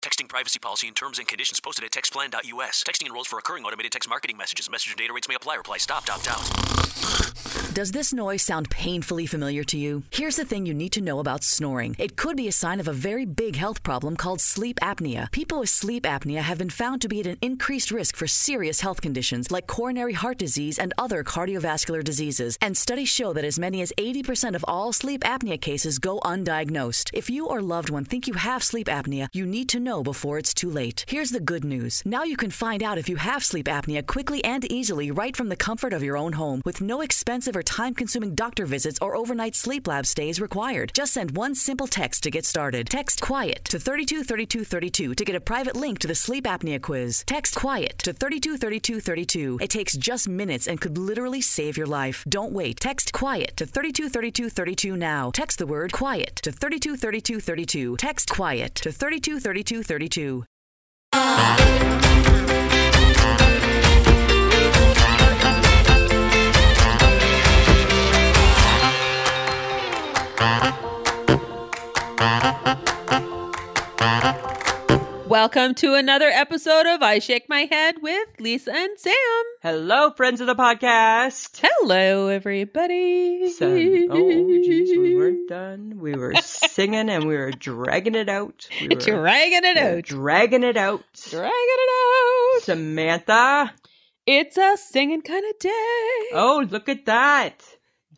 Texting privacy policy and terms and conditions posted at textplan.us. Texting enrolls for recurring automated text marketing messages. Message and data rates may apply. Reply stop, opt out. Does this noise sound painfully familiar to you? Here's the thing you need to know about snoring. It could be a sign of a very big health problem called sleep apnea. People with sleep apnea have been found to be at an increased risk for serious health conditions like coronary heart disease and other cardiovascular diseases. And studies show that as many as 80% of all sleep apnea cases go undiagnosed. If you or loved one think you have sleep apnea, you need to know before it's too late. Here's the good news. Now you can find out if you have sleep apnea quickly and easily right from the comfort of your own home with no expensive or time consuming doctor visits or overnight sleep lab stays required. Just send one simple text to get started. Text QUIET to 323232 to get a private link to the sleep apnea quiz. Text QUIET to 323232. It takes just minutes and could literally save your life. Don't wait. Text QUIET to 323232 now. Text the word QUIET to 323232. Text QUIET to 323232. Welcome to another episode of I Shake My Head with Lisa and Sam. Hello, friends of the podcast. Hello, everybody. Son- oh, jeez, we weren't done. We were singing and we were dragging it out. We were dragging it we were out. Dragging it out. dragging it out. Samantha. It's a singing kind of day. Oh, look at that.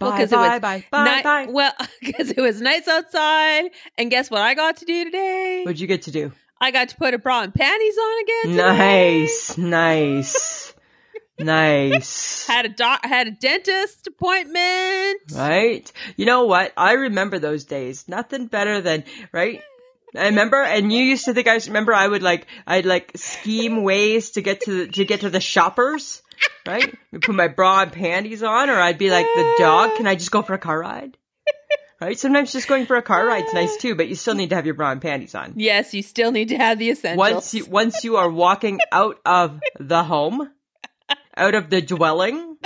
Well, Bye, 'cause it bye, was bye, bye, Ni- bye. Well, because it was nice outside, and guess what I got to do today? What'd you get to do? I got to put a bra and panties on again. today. Nice, nice, nice. Had a doc- had a dentist appointment. Right? You know what? I remember those days. Nothing better than, right? I remember, and you used to think I was- remember I would like, I'd like scheme ways to get to the, to get to the shoppers, right? I'd put my bra and panties on, or I'd be like the dog. Can I just go for a car ride? Right? Sometimes just going for a car ride's nice too, but you still need to have your bra and panties on. Yes, you still need to have the essentials. Once you, once you are walking out of the home, out of the dwelling,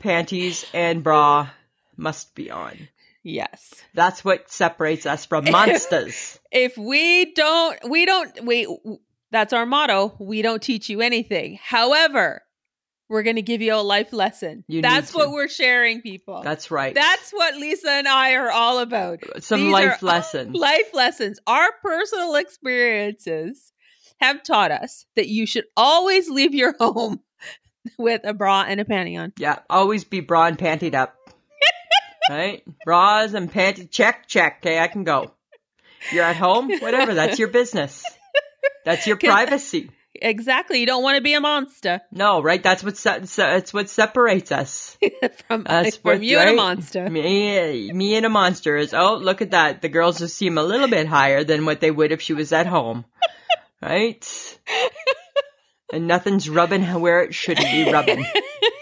panties and bra must be on. yes. That's what separates us from monsters. if we don't we don't we that's our motto we don't teach you anything however we're going to give you a life lesson You that's need what to. we're sharing people That's right. Uh, that's what lisa and i are all about some these life are- lessons. life lessons our personal experiences have taught us that you should always leave your home with a bra and a panty on yeah, always be bra and pantied up. right? Bras and panty check, check. Okay, I can go. You're at home, whatever. That's your business. That's your Can- privacy. exactly you don't want to be a monster No, right? That's what se- se- that's what separates us. from, That's from what- you and a right? monster Me, me and a monster is. Oh, look at that. The girls just seem a little bit higher than what they would if she was at home, right? and nothing's rubbing where it shouldn't be rubbing.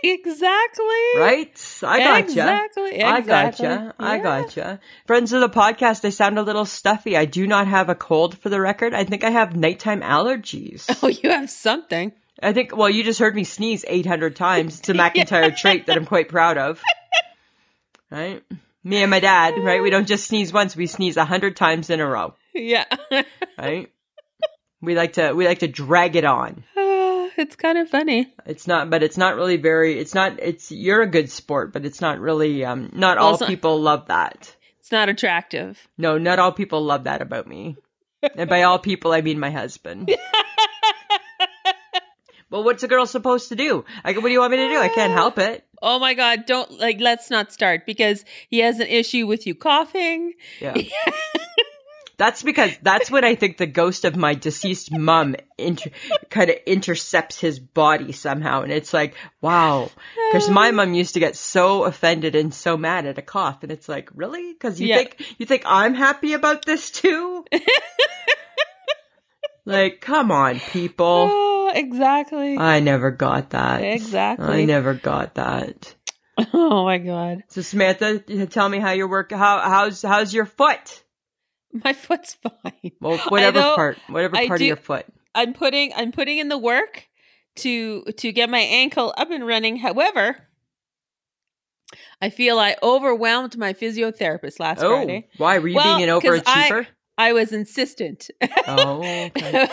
exactly Right? I gotcha. Exactly. I exactly. gotcha. I Yeah. gotcha. Friends of the podcast, they sound a little stuffy. I do not have a cold for the record. I think I have nighttime allergies. Oh, you have something. I think, well, you just heard me sneeze 800 times. It's a McIntyre trait that I'm quite proud of. Right? Me and my dad, right? We don't just sneeze once, we sneeze 100 times in a row. Yeah. Uh, Right? We like to, we like to drag it on. it's kind of funny. It's not, but it's not really very. It's not. It's you're a good sport, but it's not really. Um, not Well, all it's not- people love that. It's not attractive. No, not all people love that about me. and by all people, I mean my husband. well, what's a girl supposed to do? Like, what do you want me to do? I can't help it. Oh my God. Don't like, let's not start because he has an issue with you coughing. Yeah. That's because that's when I think the ghost of my deceased mom inter- kind of intercepts his body somehow. And it's like, wow. Because my mom used to get so offended and so mad at a cough. And it's like, really? Because you, Yeah. think, you think I'm happy about this too? like, come on, people. Oh, exactly. I never got that. Exactly. I never got that. oh my God. So Samantha, tell me how your work. How how's how's your foot? My foot's fine. Well, whatever know- part, whatever I part do- of your foot. I'm putting, I'm putting in the work to, to get my ankle up and running. However, I feel I overwhelmed my physiotherapist last Oh, Friday. why were you Well, being an 'cause I- overachiever? I was insistent. Oh, okay.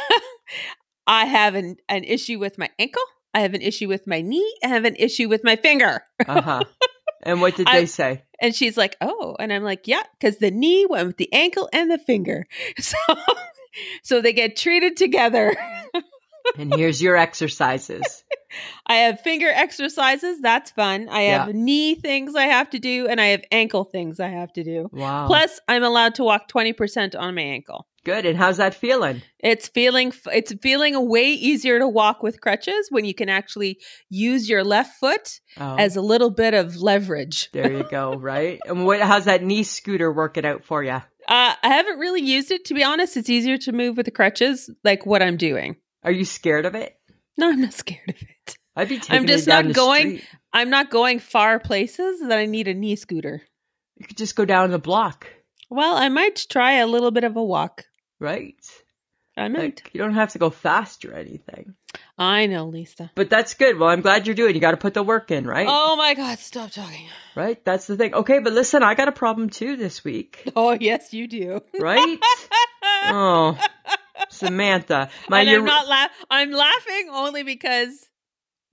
I have an, an issue with my ankle. I have an issue with my knee. I have an issue with my finger. Uh huh. And what did I- they say? And she's like, oh. And I'm like, yeah, because the knee went with the ankle and the finger. So, so they get treated together. And here's your exercises. I have finger exercises. That's fun. I have Yeah. knee things I have to do, and I have ankle things I have to do. Wow. Plus, I'm allowed to walk 20% on my ankle. Good. And how's that feeling? It's feeling f- it's feeling way easier to walk with crutches when you can actually use your left foot Oh, as a little bit of leverage. there you go. Right. And what? How's that knee scooter working out for you? Uh, I haven't really used it to be honest. It's easier to move with the crutches, like what I'm doing. Are you scared of it? No, I'm not scared of it. I'd be taking just it down not the going- street. I'm not going far places that I need a knee scooter. You could just go down the block, Well, I might try a little bit of a walk. right? I might. Like you don't have to go fast or anything. I know, Lisa. But that's good. Well, I'm glad you're doing. it. You got to put the work in, right? Oh my God, stop talking. Right. That's the thing. Okay, but listen, I got a problem too this week, Oh, yes, you do. right? oh, Samantha, my and ure- I'm not laugh. I'm laughing only because.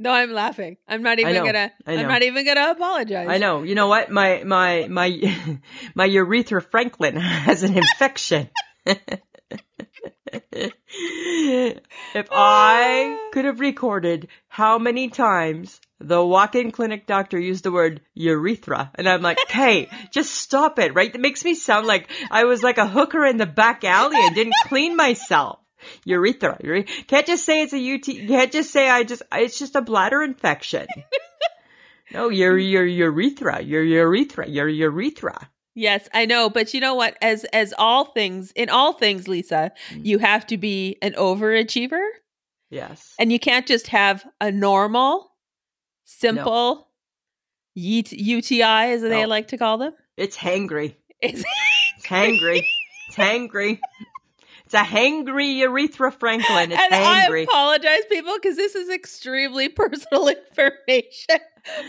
No, I'm laughing. I'm not even know, gonna. I I'm know. not even gonna apologize. I know. You know what? My my my my urethra Franklin has an infection. if I could have recorded how many times the walk-in clinic doctor used the word urethra, and I'm like, hey, just stop it, right? It makes me sound like I was like a hooker in the back alley and didn't clean myself. Urethra, ure- can't just say it's a UT. Can't just say I just. It's just a bladder infection. No, your your urethra, your urethra, your urethra. Yes, I know, but you know what? As as all things in all things, Lisa, Mm. you have to be an overachiever, Yes. and you can't just have a normal, simple yeet, UTI, as they No. like to call them. It's hangry. It's- It's hangry. It's hangry. It's a hangry urethra Franklin. It's and I hangry. apologize, people, because this is extremely personal information.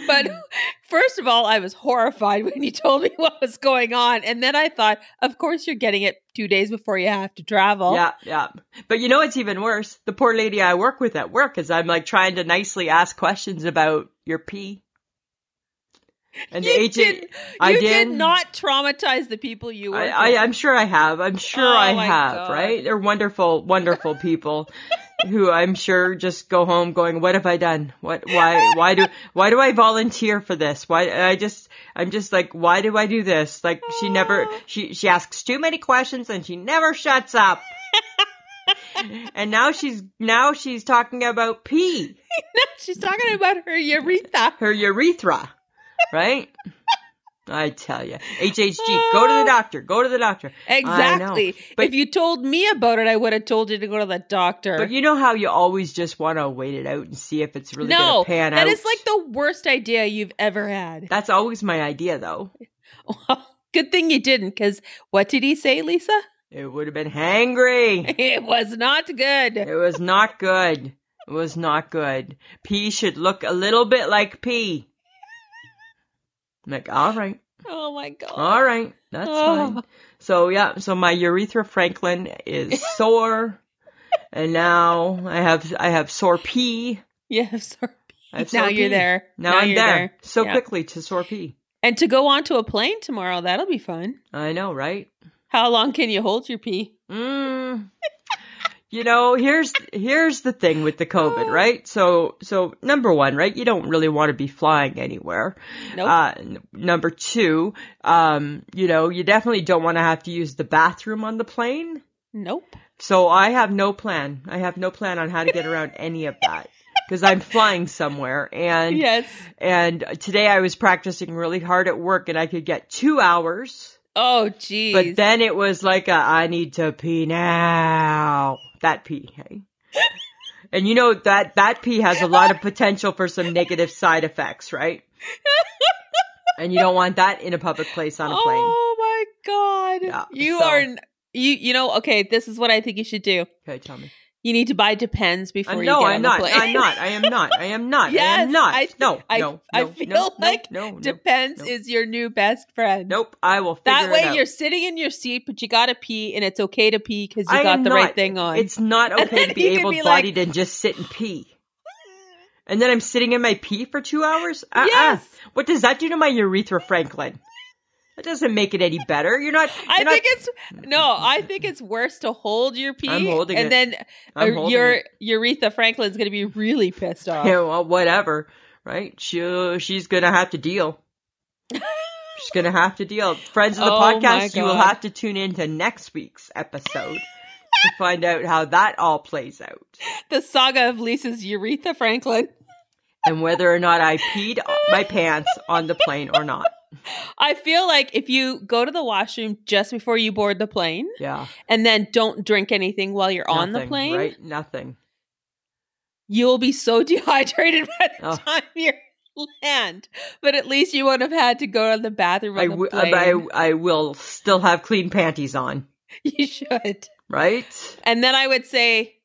But Mm. first of all, I was horrified when you told me what was going on, and then I thought, of course, you're getting it two days before you have to travel. Yeah, yeah. But you know what's even worse? The poor lady I work with at work is I'm like trying to nicely ask questions about your pee. And the You agent did- I you did. did not traumatize the people you were. I, I, I'm sure I have. I'm sure Oh I my have, God. right? They're wonderful, wonderful people who I'm sure just go home going, what have I done? What, why, why do, why do I volunteer for this? Why, I just, I'm just like, why do I do this? Like she never, she, she asks too many questions and she never shuts up. and now she's, now she's talking about pee, She's talking about her urethra. her urethra, right? I tell you, HHG, go to the doctor, go to the doctor. I know. Exactly. But- if you told me about it, I would have told you to go to the doctor. But you know how you always just want to wait it out and see if it's really no, going to pan that out. is like the worst idea you've ever had. That's always my idea, though. Good thing you didn't, because what did he say, Lisa? It would have been hangry. It was not good. it was not good. It was not good. Pee should look a little bit like pee. I'm like, all right, Oh my god. all right, that's Oh. fine. So yeah, so my urethra Franklin is sore, and now I have I have sore pee. Yeah, sorry. I have Now sore you're pee. there. Now, Now I'm you're there. there. so Yeah. quickly to sore pee. And to go onto a plane tomorrow, that'll be fun. I know, right? How long can you hold your pee? Mm. you know, here's here's the thing with the COVID, right? So so number one, right? You don't really want to be flying anywhere. Nope. Uh, n- number two, um, you know, you definitely don't want to have to use the bathroom on the plane. nope. So I have no plan. I have no plan on how to get around any of that because I'm flying somewhere and Yes. and today I was practicing really hard at work and I could get two hours. Oh geez. But then it was like a, I need to pee now. That pee, hey. and you know that that pee has a lot of potential for some negative side effects, right? and you don't want that in a public place on a plane. Oh my god. Yeah, you so- are n- you you know okay, this is what I think you should do. Okay, tell me. You need to buy Depends before Uh, you no, get I'm on not. the plane. I'm not. I am not. I am not. I Yes, am not. I th- no, I- no, I no, feel no, like no, no, no. Depends no. is your new best friend. Nope. I will figure That way it out. you're sitting in your seat, but you gotta pee, and it's okay to pee because you I got am the right not. thing on. It's not And okay then to be you can be like- able-bodied and just sit and pee. And then I'm sitting in my pee for two hours. Uh-uh. Yes. What does that do to my urethra, Franklin? That doesn't make it any better. You're not. You're I not, think it's no. I think it's worse to hold your pee, I'm holding and it. then I'm uh, holding your it. Uretha Franklin's going to be really pissed off. Yeah, well, whatever, right? She, she's gonna have to deal. she's gonna have to deal. Friends of the Oh my podcast, you will God. have to tune into next week's episode to find out how that all plays out The saga of Lisa's Uretha Franklin. and whether or not I peed my pants on the plane or not. I feel like if you go to the washroom just before you board the plane, Yeah, and then don't drink anything while you're on the nothing, plane, right? Nothing. you will be so dehydrated by the Oh. time you land. But at least you won't have had to go to the bathroom on I, the w- plane. I, I will still have clean panties on, you should. right? And then I would say,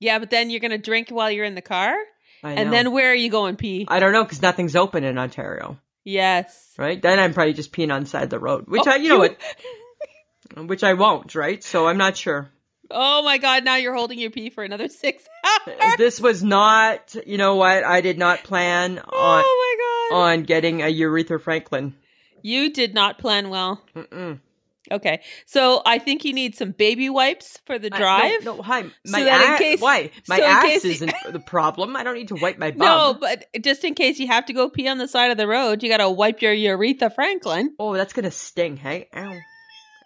yeah, but then you're going to drink while you're in the car. I And know. then where are you going pee? I don't know because nothing's open in Ontario, yes. right? Then I'm probably just peeing on the side of the road, which Oh, I, you know what, which I won't, right? So I'm not sure. Oh my God, now you're holding your pee for another six Uh, hours. This was not, you know what? I did not plan on oh my God. on getting a urethra Franklin. You did not plan well. Mm-mm. Okay. So I think you need some baby wipes for the drive. I, no, no, hi, my that in ass. case- why my so in ass case- isn't the problem. I don't need to wipe my bum. No, but just in case you have to go pee on the side of the road, you got to wipe your urethra Franklin. Oh, that's gonna sting. Hey, ow,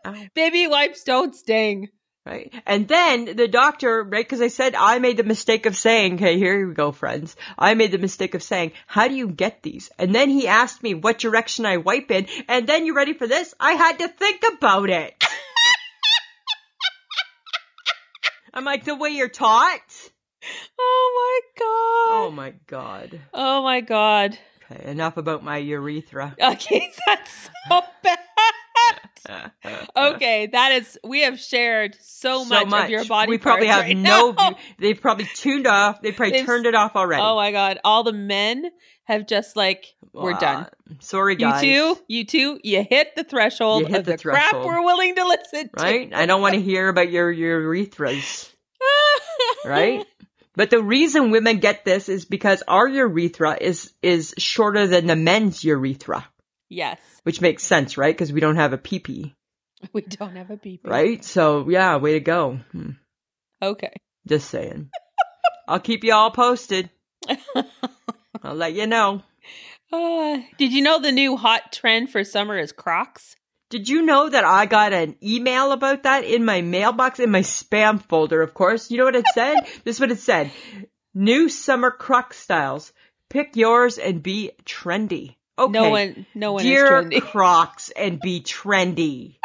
ow. Baby wipes don't sting. Right. And then the doctor, right, because I said I made the mistake of saying, okay, here we go, friends. I made the mistake of saying, how do you get these? And then he asked me what direction I wipe in. And then you ready for this? I had to think about it. I'm like, the way you're taught? Oh my Oh God. my God. Oh my God. Okay, enough about my urethra. Okay, that's so bad. Okay, that is. We have shared so, much, of your body. We probably parts have right no. now. They've probably tuned off. They probably They've- turned it off already. Oh my god! All the men have just like we're Uh, done. Sorry, You guys. too. You too. You hit the threshold You hit of the, the crap threshold. we're willing to listen to. right? I don't want to hear about your, your urethras, right? But the reason women get this is because our urethra is is shorter than the men's urethra, yes, which makes sense, right? Because we don't have a pee-pee, we don't have a beep. right? So yeah, way to go. Hmm. Okay. Just saying. I'll keep you all posted. I'll let you know. Uh, did you know the new hot trend for summer is Crocs? Did you know that I got an email about that in my mailbox in my spam folder, of course? You know what it said? this is what it said. New summer croc styles. Pick yours and be trendy. Okay. No one, no one Dear is trendy. crocs and be trendy.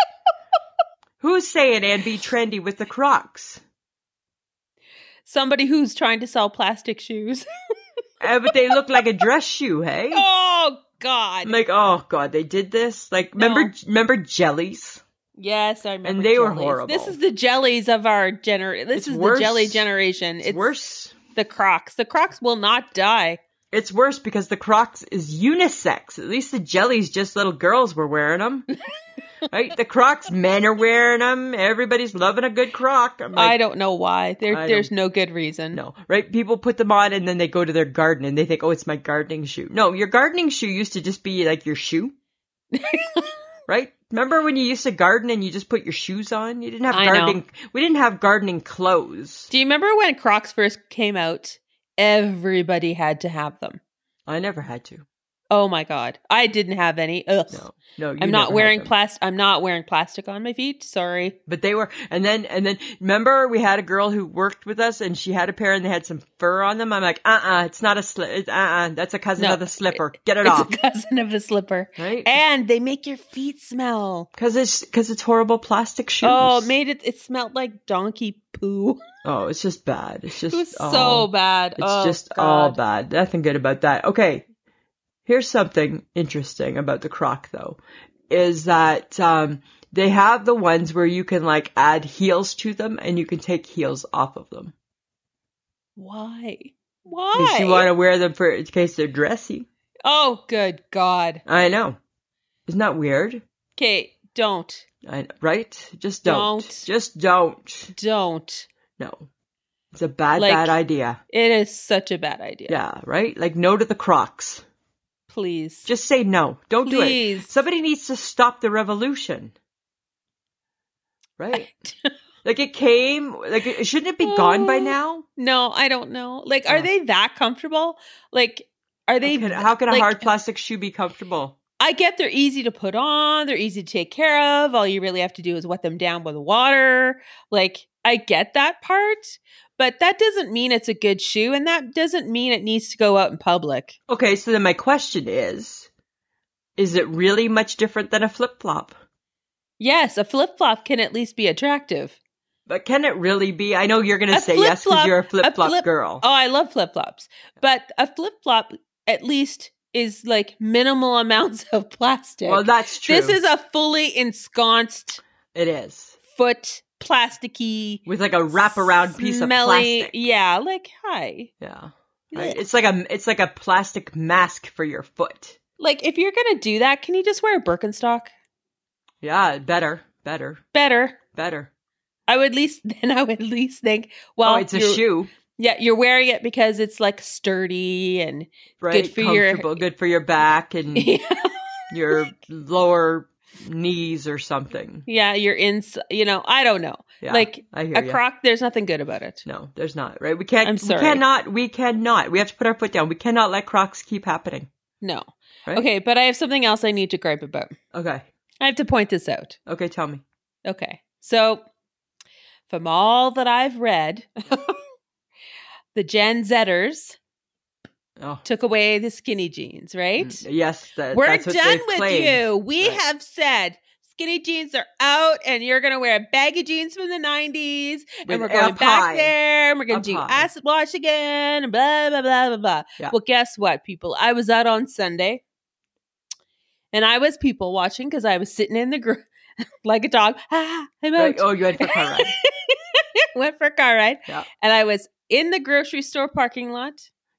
Who's saying and be trendy with the crocs? Somebody who's trying to sell plastic shoes. Uh, but they look like a dress shoe, hey? oh God! I'm like, oh god, they did this. Like, remember, remember jellies? Yes, I remember. And they were jellies. This horrible. is the jellies of our generation. This It's is worse. the jelly generation. It's, worse. The Crocs. The Crocs will not die. It's worse because the Crocs is unisex. At least the jellies, just little girls were wearing them. right? The Crocs, men are wearing them. Everybody's loving a good Croc. I'm like, I don't know why. There, I there's no good reason. no, right? People put them on and then they go to their garden and they think, oh, it's my gardening shoe. No, your gardening shoe used to just be like your shoe. right? Remember when you used to garden and you just put your shoes on? You didn't have I know. gardening. We didn't have gardening clothes. Do you remember when Crocs first came out? Everybody had to have them. I never had to. Oh my god, I didn't have any. Ugh. No, no. I'm you never not had wearing them. plastic. I'm not wearing plastic on my feet. Sorry. But they were, and then, and then, remember we had a girl who worked with us and she had a pair and they had some fur on them. I'm like, uh uh it's not a slip, uh uh, that's a cousin No, of the slipper. Get it it's off. a cousin of a slipper, Right? and they make your feet smell. Cause it's, cause it's horrible plastic shoes. Oh, it made it. It smelled like donkey poo. Oh, it's just bad. It's just, It was oh, so bad. It's oh, just god. all bad. Nothing good about that. Okay. Here's something interesting about the croc though, is that, um, they have the ones where you can like add heels to them and you can take heels off of them. Why? Because Why? you want to wear them for in case they're dressy. oh, good God. I know. Isn't that weird? Kate, don't. I, right? Just don't. Don't. Just don't. Don't. No. It's a bad, Like- bad idea. It is such a bad idea. Yeah, right? Like no to the Crocs. Please. Just say no. Don't do it. Please. Somebody needs to stop the revolution. Right? like it came, like it, shouldn't it be gone by Oh. now? no, I don't know. Like, are Oh. they that comfortable? Like, are they? How can, how can a like, hard plastic shoe be comfortable? I get they're easy to put on, they're easy to take care of. All you really have to do is wet them down with water. Like, I get that part, but that doesn't mean it's a good shoe, and that doesn't mean it needs to go out in public. Okay, so then my question is is it really much different than a flip flop? Yes, a flip flop can at least be attractive. But can it really be? I know you're going to A say yes because flip-flop- you're a flip flop flip- girl. Oh, I love flip flops, but a flip flop at least is like minimal amounts of plastic. well, that's true. This is a fully ensconced it is. foot, plasticky, With like a wraparound piece of smelly- plastic. Yeah, like hi. Yeah. Right? It's like a it's like a plastic mask for your foot. Like if you're gonna do that, can you just wear a Birkenstock? Yeah, better, better, Better. better. I would at least then I would at least think. Well, oh, it's a you're- shoe, Yeah, you're wearing it because it's like sturdy and right? for your- Comfortable, good for your back and yeah, your lower knees or something. you're in. You know, I don't know. Yeah, like I hear a ya. croc, there's nothing good about it. No, there's not. Right? We can't. I'm sorry. We cannot. We cannot. We have to put our foot down. We cannot let Crocs keep happening. No. Right? Okay, but I have something else I need to gripe about. Okay. I have to point this out. Okay. Tell me. Okay. So, from all that I've read, the Gen Zers Oh. took away the skinny jeans, right? mm, Yes. That, We're that's what done they with claim. you. We Right. have said skinny jeans are out and you're going to wear baggy jeans from the 90s With and we're up going back high. there and we're going Up to do high. acid wash again and blah blah blah blah blah. Yeah. Well, guess what, people? I was out on Sunday and I was people watching because I was sitting in the group like a dog. Ah, I'm out. Right? Oh, you had for car ride. Went for a car ride Yeah. and I was in the grocery store parking lot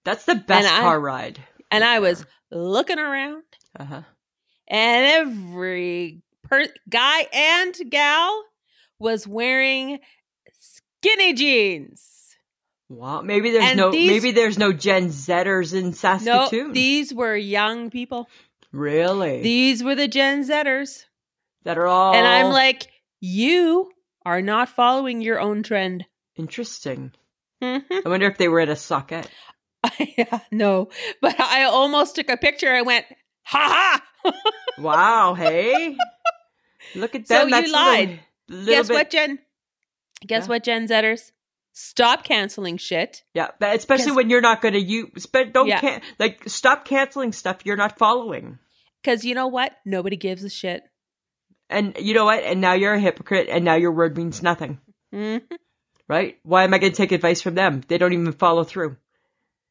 That's the best I- car ride. and I was there. looking around Uh huh. and every per- guy and gal was wearing skinny jeans. Wow. Maybe there's And no. these- Maybe there's no Gen Zers in No, Saskatoon. these were young people. really? These were the Gen Zers. that are all. And I'm like, you are not following your own trend. interesting. Mhm. I wonder if they were at a socket. uh, no, but I almost took a picture. I went, ha ha. Wow. Hey. Look at So them. you That's a lied. Little, little Guess bit- what, Gen? Guess Yeah. what, Gen Zers? Stop canceling shit. Yeah, but especially Because- when you're not going to use, but don't Yeah. can like stop canceling stuff you're not following. Because you know what? Nobody gives a shit. And you know what? And now you're a hypocrite, and now your word means nothing, Mhm. right? Why am I going to take advice from them? They don't even follow through.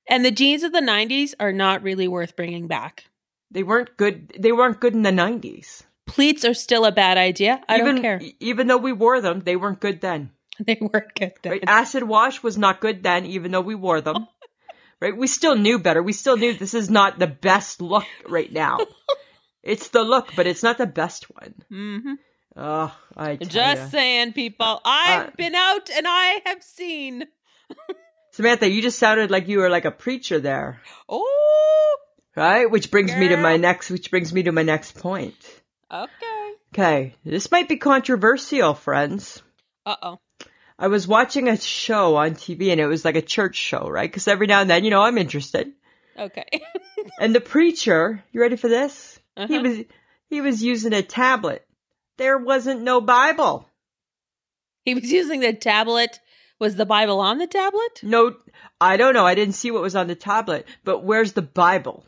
And the jeans of the 90s are not really worth bringing back. They weren't good. They weren't good in the '90s. Pleats are still a bad idea. I even, don't e, care. Even though we wore them, they weren't good then. They weren't good then. Right? Acid wash was not good then, even though we wore them. right? We still knew better. We still knew this is not the best look right now. it's the look, but it's not the best one. hmm Oh, I tell Just ya. saying, Uh, people. I've been out and I have seen. Samantha, you just sounded like you were like a preacher there, Oh, right? Which brings me to my Girl. next, which brings me to my next point. okay. Okay, this might be controversial, friends. Uh oh. I was watching a show on TV and it was like a church show, right? Because every now and then, you know, I'm interested. Okay. And the preacher, you ready for this? He Uh-huh. was he was using a tablet. There wasn't no Bible. he was using the tablet. Was the Bible on the tablet? No, I don't know. I didn't see what was on the tablet, but where's the Bible?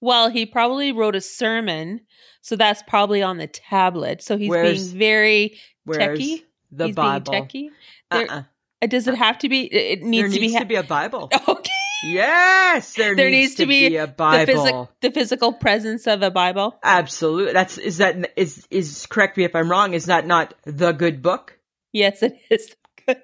Well, he probably wrote a sermon, so that's probably on the tablet. So he's Where's being very Where's Techie? the he's Bible? being techie. There- Uh-uh. Uh, Does it have to be? It it needs there to needs be. to be a Bible. ha- okay. Yes, there, There needs, to be, a the, Bible. physic- the physical presence of a Bible. Absolutely. That's is that is is correct me if I'm wrong. Is that not the good book? Yes, it is. Good.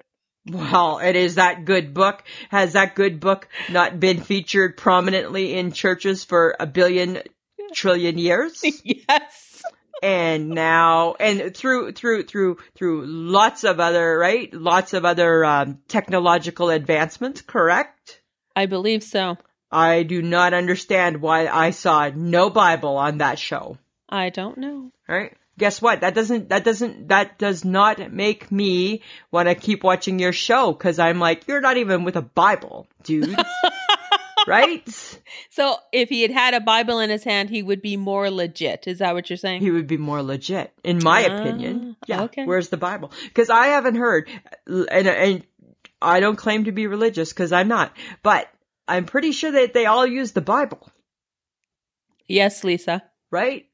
Well, it is that good book. Has that good book not been featured prominently in churches for a billion trillion years? yes. and now and through through through through lots of other right lots of other um, technological advancements correct I believe so. i do not understand why i saw no bible on that show I don't know. all right guess what that doesn't that doesn't that does not make me want to keep watching your show because i'm like you're not even with a bible dude right So if he had had a Bible in his hand, he would be more legit. Is that what you're saying? he would be more legit, in my Ah, opinion. Yeah. okay. Where's the Bible? Because I haven't heard, and and I don't claim to be religious because I'm not, but I'm pretty sure that they all use the Bible, yes, Lisa. right?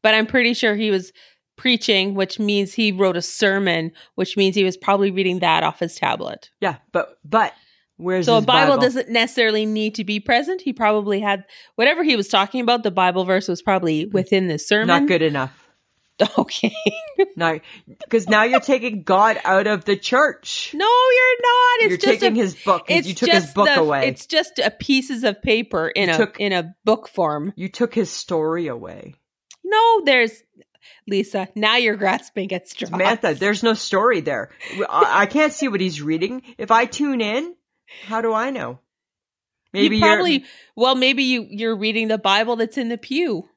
But I'm pretty sure he was preaching, which means he wrote a sermon, which means he was probably reading that off his tablet. Yeah. But but where's so a his Bible, doesn't necessarily need to be present. He probably had whatever he was talking about. The Bible verse was probably within the sermon. Mm. not good enough. Okay. No, because now you're taking God out of the church. No, you're not. It's you're just taking a, his book. It's You took just his book the- away. It's just a pieces of paper in You a took- in a book form. You took his story away, No, there's Lisa. Now you're grasping at straws. Samantha. There's no story there. I, I can't see what he's reading. If I tune in, how do I know? you you're- probably well, maybe you you're reading the Bible that's in the pew.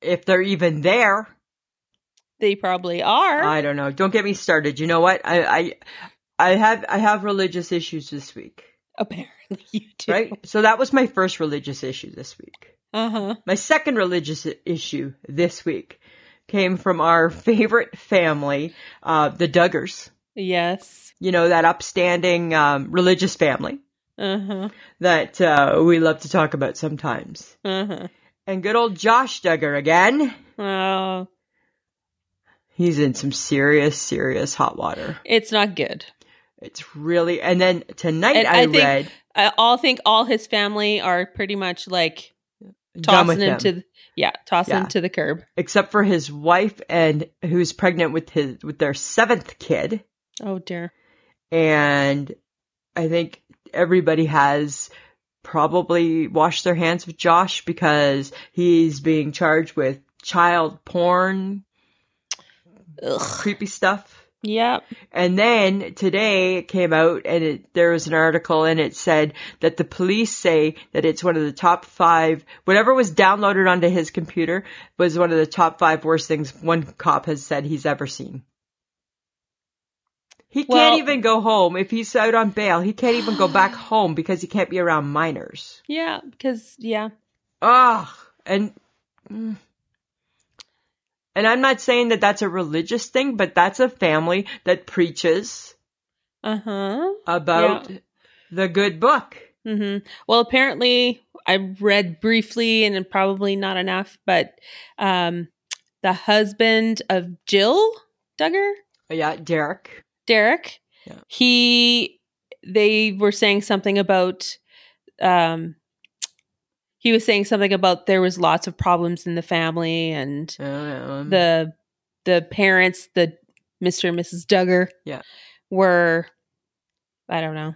if they're even there. They probably are. I don't know. Don't get me started. You know what? I I, I have I have religious issues this week, Apparently, you do. right? So that was my first religious issue this week. Uh huh. My second religious i- issue this week came from our favorite family, uh, the Duggars. Yes. You know that upstanding um, religious family Uh huh. that uh, we love to talk about sometimes. Uh huh. And good old Josh Duggar again. Oh, He's in some serious, serious hot water. it's not good. It's really, and then tonight And I, I think read I all think all his family are pretty much like Done with tossing him Them, to the, yeah, tossing Yeah. him to the curb. except for his wife and who's pregnant with his with their seventh kid, Oh dear. and I think everybody has probably washed their hands with Josh because he's being charged with child porn, Ugh. creepy stuff. Yep. And then today it came out and it, there was an article and it said that the police say that it's one of the top five, whatever was downloaded onto his computer was one of the top five worst things one cop has said he's ever seen. He Well- can't even go home. If he's out on bail, he can't even go back home because he can't be around minors. Yeah, because yeah, Ugh. And, mm. and I'm not saying that that's a religious thing, but that's a family that preaches uh huh. about the good book. hmm Well, apparently, I read briefly and probably not enough, but um, the husband of Jill Duggar, Oh, Yeah, Derek. Derek, Yeah. he, they were saying something about, um, he was saying something about there was lots of problems in the family and Um, the the parents, the Mr. and Mrs. Duggar, Yeah. were I don't know,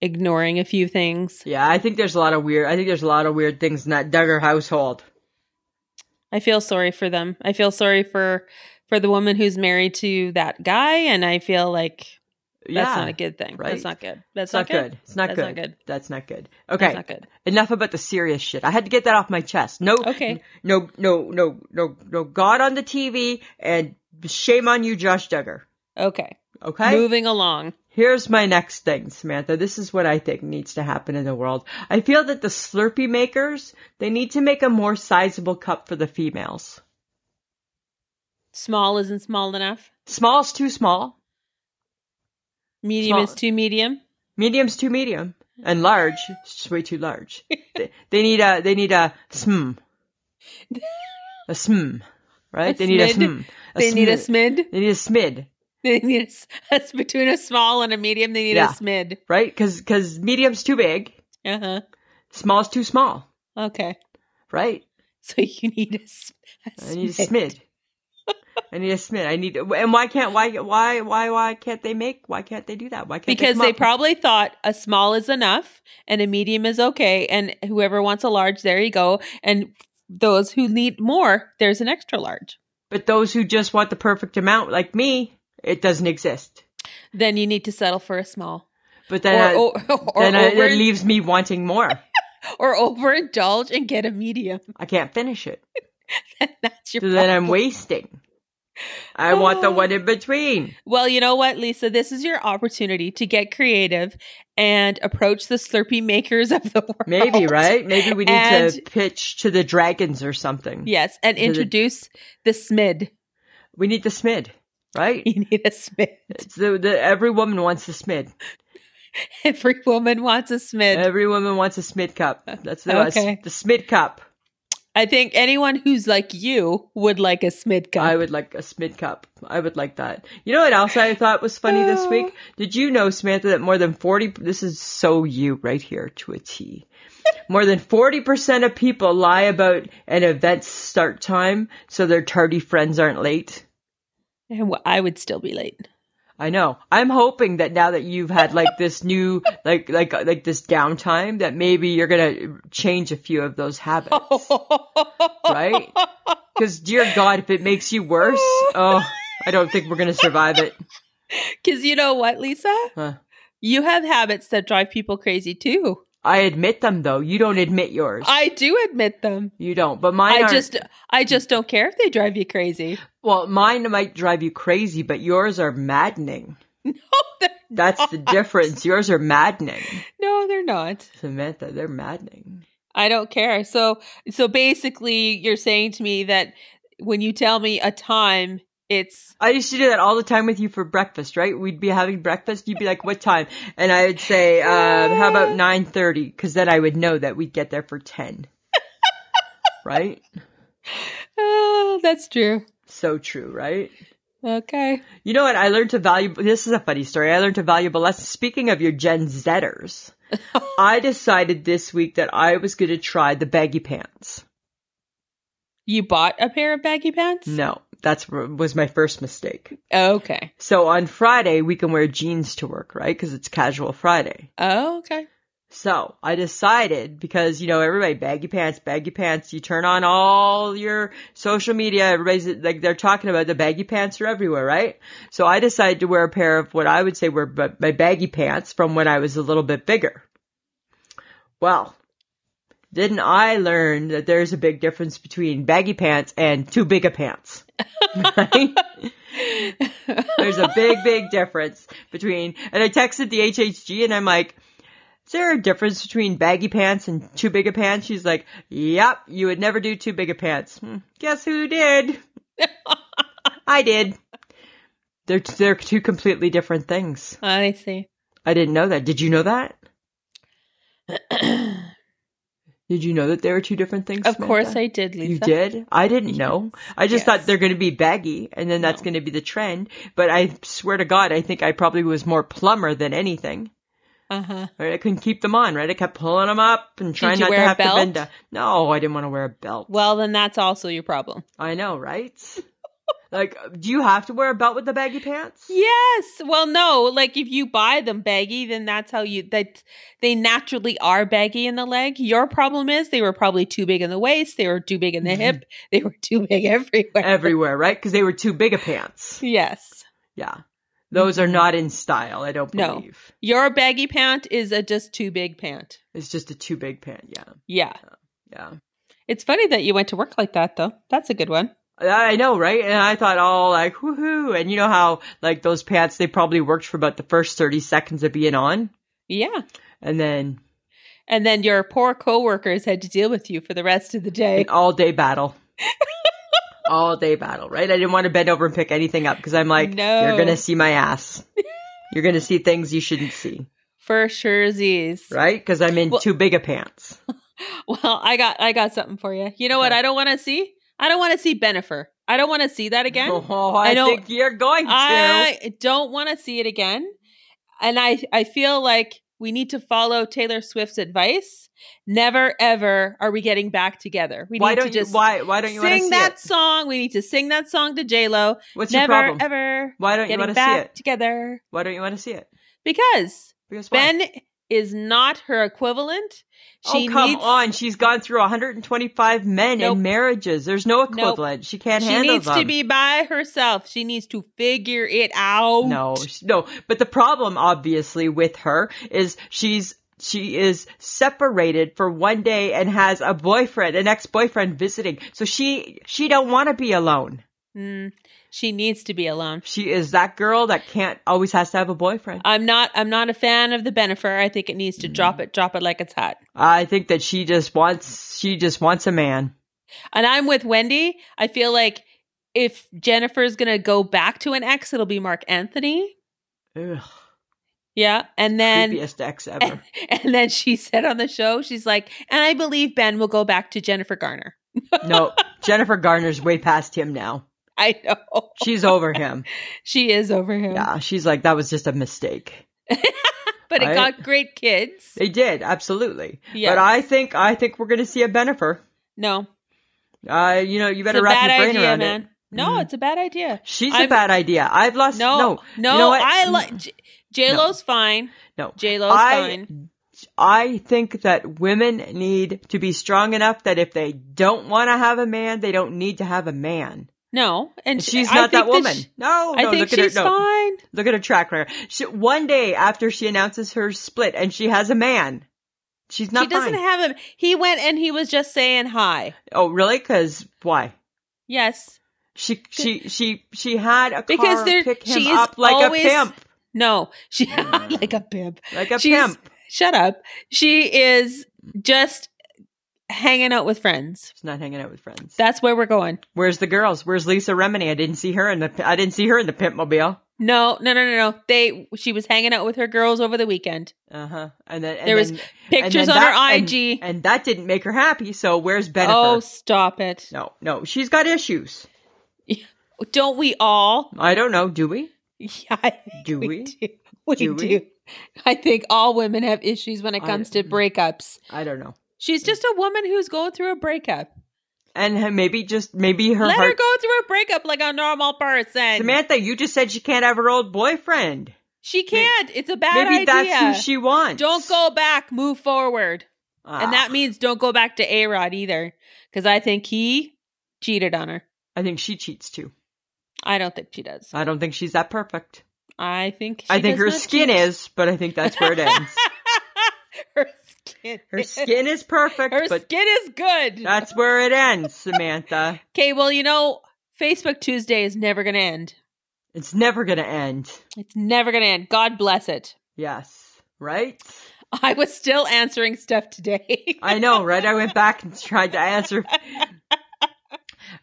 ignoring a few things. yeah, I think there's a lot of weird. I think there's a lot of weird things in that Duggar household. I feel sorry for them. I feel sorry for for the woman who's married to that guy, and I feel like Yeah, that's not a good thing. right. That's not good. That's it's not good. It's not That's good. not good. That's not good. That's Okay, not good. enough about the serious shit. I had to get that off my chest. No, Okay. no, no, no, no, no. God on the TV, and shame on you, Josh Duggar. Okay. Okay. Moving along. Here's my next thing, Samantha. This is what I think needs to happen in the world. I feel that the Slurpee makers, they need to make a more sizable cup for the females. Small isn't small enough. Small's too small, Medium Small. is too medium. medium's too medium, and large is way too large. they, they need a they need a sm. A sm, right? A they need a smid. sm. they need a smid. They need a smid, They need a, s- that's between a small and a medium. They need Yeah. a smid. right? Cuz cuz medium's too big, Uh huh. small's too small, Okay. right? So you need a, s- a I need a smid. smid. I need a Smith. I need, and why can't why why why why can't they make? Why can't they do that? Why can't because they, they probably thought a small is enough and a medium is okay and whoever wants a large there you go and those who need more there's an extra large But those who just want the perfect amount, like me, it doesn't exist. then you need to settle for a small But then or, I, o- or, then I, over, it leaves me wanting more. or overindulge and get a medium I can't finish it. that's your So then I'm problem. wasting. I want the Oh. one in between. well you know what lisa this is your opportunity to get creative and approach the slurpee makers of the world Maybe, right? Maybe we need to Oh. And- pitch to the dragons or something. yes and To the- introduce the smid We need the smid, right? you need a smid It's the, the, every woman wants the smid. every woman wants a smid Every woman wants a smid cup. That's the, Okay. the smid cup. I think anyone who's like you would like a Smid cup. I would like a smid cup. I would like that. You know what else I thought was funny this Uh. week? Did you know, Samantha, that more than 40, this is so you right here to a T. More than 40% of people lie about an event's start time so their tardy friends aren't late. And w- I would still be late. I know. I'm hoping that now that you've had like this new, like, like, like this downtime, that maybe you're gonna change a few of those habits, right? Because dear God, if it makes you worse, oh, I don't think we're gonna survive it. Because you know what, Lisa? Huh. You have habits that drive people crazy too. I admit them though. You don't admit yours. I do admit them. you don't. But mine. I, aren't- just, I just don't care if they drive you crazy. Well, mine might drive you crazy, but yours are maddening. That's the difference. Yours are maddening, No, they're not. Samantha. They're maddening. I don't care. So, so basically, you're saying to me that when you tell me a time, it's I used to do that all the time with you for breakfast, right? We'd be having breakfast. You'd be like, "What time?" And I would say, um, "How about 9.30? Because then I would know that we'd get there for ten. right? oh, that's true. So true, right? Okay. You know what? I learned a valuable. This is a funny story. I learned a valuable lesson. Speaking of your Gen Zers, I decided this week that I was going to try the baggy pants. You bought a pair of baggy pants? No, that's was my first mistake. Okay. So on Friday we can wear jeans to work, right? Because it's casual Friday. Oh, okay. So I decided because you know everybody baggy pants, baggy pants. You turn on all your social media, everybody's like they're talking about the baggy pants are everywhere, right? So I decided to wear a pair of what I would say were b- my baggy pants from when I was a little bit bigger. Well, didn't I learn that there's a big difference between baggy pants and too big a pants? Right? There's a big, big difference between, and I texted the HHG and I'm like, is there a difference between baggy pants and too big a pants? She's like, yep, you would never do too big a pants. Hmm, Guess who did? I did. They're, they're two completely different things. I see. I didn't know that. Did you know that? Did you know that there were two different things? Of course Samantha? I did, Lisa. You did? I didn't know. I yes. just thought they're going to be baggy and then that's No. going to be the trend. But I swear to God, I think I probably was more plumber than anything. Uh-huh. Right? I couldn't keep them on, right? I kept pulling them up and trying you not to wear a have to bend belt? down. No, I didn't want to wear a belt. Well, then that's also your problem. I know, right? like, do you have to wear a belt with the baggy pants? Yes. Well, no. Like if you buy them baggy, then that's how you that they naturally are baggy in the leg. Your problem is they were probably too big in the waist, they were too big in Mm-hmm. the hip, they were too big everywhere. Everywhere, right? Because they were too big a pants. Yes. Yeah. Those are not in style, I don't Mm-hmm. No. believe. Your baggy pant is a just too big pant. It's just a too big pant. Yeah. Yeah. Yeah. It's funny that you went to work like that though. That's a good one. I know, right? And I thought, oh, like, woohoo. And you know how, like, those pants, they probably worked for about the first 30 seconds of being on. Yeah. And then And then your poor coworkers had to deal with you for the rest of the day. an all day battle. all day battle, right? I didn't want to bend over and pick anything up because I'm like, No. you're going to see my ass. you're going to see things you shouldn't see, For sure, Z's. right? Because I'm in Well- too big a pants. Well, I got I got something for you. You know what? I don't want to see. I don't want to see Benifer. I don't want to see that again. Oh, I, I don't- think you're going to. I don't want to see it again. And I I feel like we need to follow Taylor Swift's advice. Never ever are we getting back together. We why need don't to just you? Why? Why don't you want to see sing that it? song. We need to sing that song to J Lo. What's Never your problem? ever Why don't you want getting to see back it? together Why don't you want to see it? because Because why? Ben is not her equivalent. She oh come needs, on! She's gone through 125 men Nope. and marriages. There's no equivalent. She can't She handle needs them. to be by herself. She needs to figure it out. No, sh- no. But the problem, obviously, with her is she's she is separated for one day and has a boyfriend, an ex-boyfriend visiting. So she she don't want to be alone. Mm, she needs to be alone. She is that girl that can't always has to have a boyfriend. I'm not. I'm not a fan of the Benifer. I think it needs to Mm-hmm. drop it. Drop it like it's hot. I think that she just wants she just wants a man. And I'm with Wendy. I feel like if Jennifer's gonna go back to an ex, it'll be Mark Anthony. Ugh, Yeah, and then creepiest ex ever. and then she said on the show, she's like, and I believe Ben will go back to Jennifer Garner. no, Jennifer Garner's way past him now. I know She's over him. she is over him, Yeah, she's like that was just a mistake. but it Right. got great kids. They did absolutely. Yes. But I think I think we're going to see a Benifer. No, Uh, you know, you it's better a wrap bad your brain idea, around man. it. No, Mhm. it's a bad idea. She's I'm- a bad idea. I've lost. No, No, no, You know what? Mm, I like J Lo's fine. No, J Lo's I- fine. I think that women need to be strong enough that if they don't want to have a man, they don't need to have a man. No, and sh- She's I not that think woman. sh- no, I no. think look at her. she's No, fine. look at her track record. She, one day after she announces her split, and she has a man. She's not. she doesn't fine. have him. He went and he was just saying hi. Oh, really? Because why? Yes. She she she she had a Because car there- pick him she is up like always- a pimp, No. She like a pimp. Mm. like a She's- pimp. Shut up. She is just hanging out with friends. She's not hanging out with friends. That's where we're going. Where's the girls? Where's Lisa Remini? I didn't see her in the I didn't see her in the pimpmobile. No, no, no, no, no. They she was hanging out with her girls over the weekend. Uh huh. And then and There was then- and Pictures then on that- her and- IG. and, that didn't make her happy. So where's Benifer? oh, stop it. no, no, she's got issues. Don't we all? I don't know. Do we? Yeah, I think Do we? we? do. We do. Do we? I think all women have issues when it I- comes to breakups. I don't know. She's just a woman who's going through a breakup. And her- maybe just maybe her Let her heart. go through a breakup like a normal person. Samantha, you just said she can't have her old boyfriend. she can't. It's a bad maybe idea. that's who she wants. don't go back. Move forward. Ah, And that means don't go back to A Rod either, because I think he cheated on her. I think she cheats too. I don't think she does. I don't think she's that perfect. I think she I think does her not skin cheat. is, but I think that's where it ends. her skin. Her skin is perfect, Her but skin is good. that's where it ends, Samantha. Okay, well, you know, Facebook Tuesday is never going to end. It's never going to end. It's never going to end. God bless it. Yes. Right? I was still answering stuff today. I know, right? I went back and tried to answer.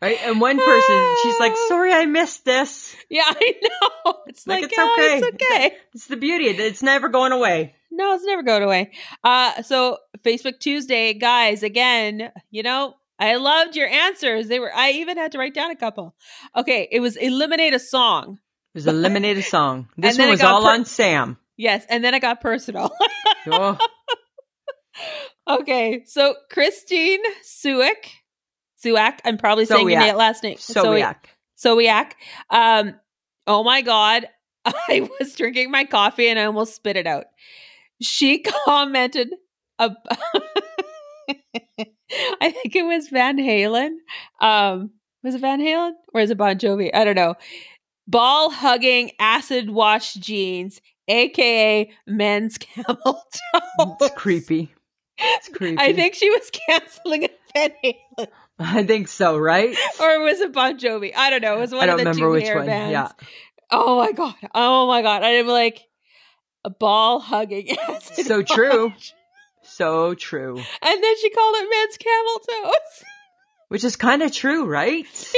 Right? And one person, she's like, sorry, I missed this. yeah, I know. It's like, Like, it's oh, okay. it's okay. It's the beauty. It's never going away. No, it's never going away. Uh, so Facebook Tuesday, guys, again, you know, I loved your answers. They were I even had to write down a couple. Okay, it was eliminate a song. It was a Lemonade song. This And then one it was got all per- on Sam. Yes, and then I got personal. Oh, okay, so Christine Suick. Suak, I'm probably saying your Sowiak. na- last name. so Sowiak. yuck. Sowiak. Um, oh my God. I was drinking my coffee and I almost spit it out. She commented ab- I think it was Van Halen. Um, was it Van Halen or is it Bon Jovi? I don't know. Ball hugging acid wash jeans, aka men's camel toe. It's creepy. It's creepy. I think she was canceling a Van Halen, I think so, right? or was it Bon Jovi? I don't know. It was one I don't of the remember two which hair one. bands. Yeah. Oh my god. Oh my god. I'm like a ball hugging acid So true. wash. So true. And then she called it man's camel toes. Which is kind of true, right? It's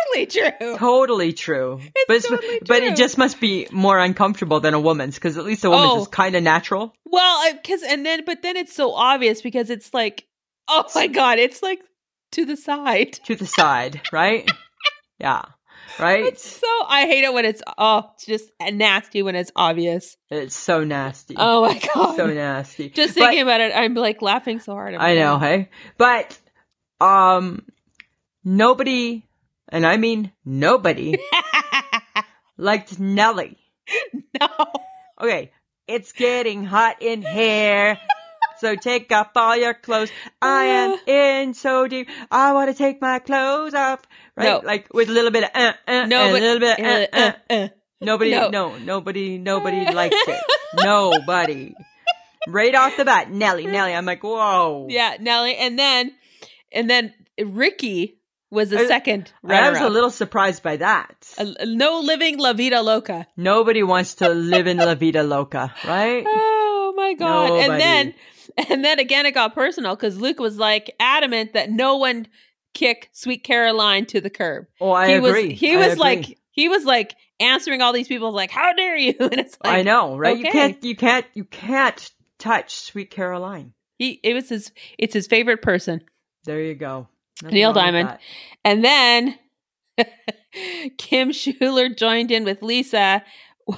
totally true. Totally true. but, it's- totally but true. it just must be more uncomfortable than a woman's because at least a woman's Oh. is kind of natural. Well, because and then but then it's so obvious because it's like, oh my god, it's like to the side. to the side, right? Yeah. right? It's so I hate it when it's oh, it's just nasty when it's obvious. It's so nasty. Oh my god. so nasty. just But- thinking about it, I'm like laughing so hard. I'm I know, like, hey. But um nobody and I mean nobody liked Nelly. no. Okay, it's getting hot in here. So take off all your clothes. I am in so deep. I want to take my clothes off. Right? No. Like with a little bit of uh, uh, No, but- and a little bit of uh, uh. uh, uh. Nobody, No. no. nobody, nobody liked it. Nobody. Right off the bat, Nelly, Nelly. I'm like, whoa. Yeah, Nelly, and then and then Ricky was the I- second. I Uh, was runner-up. a little surprised by that. A- a no living La Vida Loca. Nobody wants to live in La Vida Loca, right? Oh my god! And Nobody. then and then again, it got personal because Luke was like adamant that no one kick Sweet Caroline to the curb. Oh, I he agree. was he I was agree. like he was like answering all these people like how dare you and it's like I know, right? okay. You can't, you can't, you can't touch Sweet Caroline. he it was his it's his favorite person There you go. Nothing Neil wrong with Diamond. that. and then Kim Schuler joined in with Lisa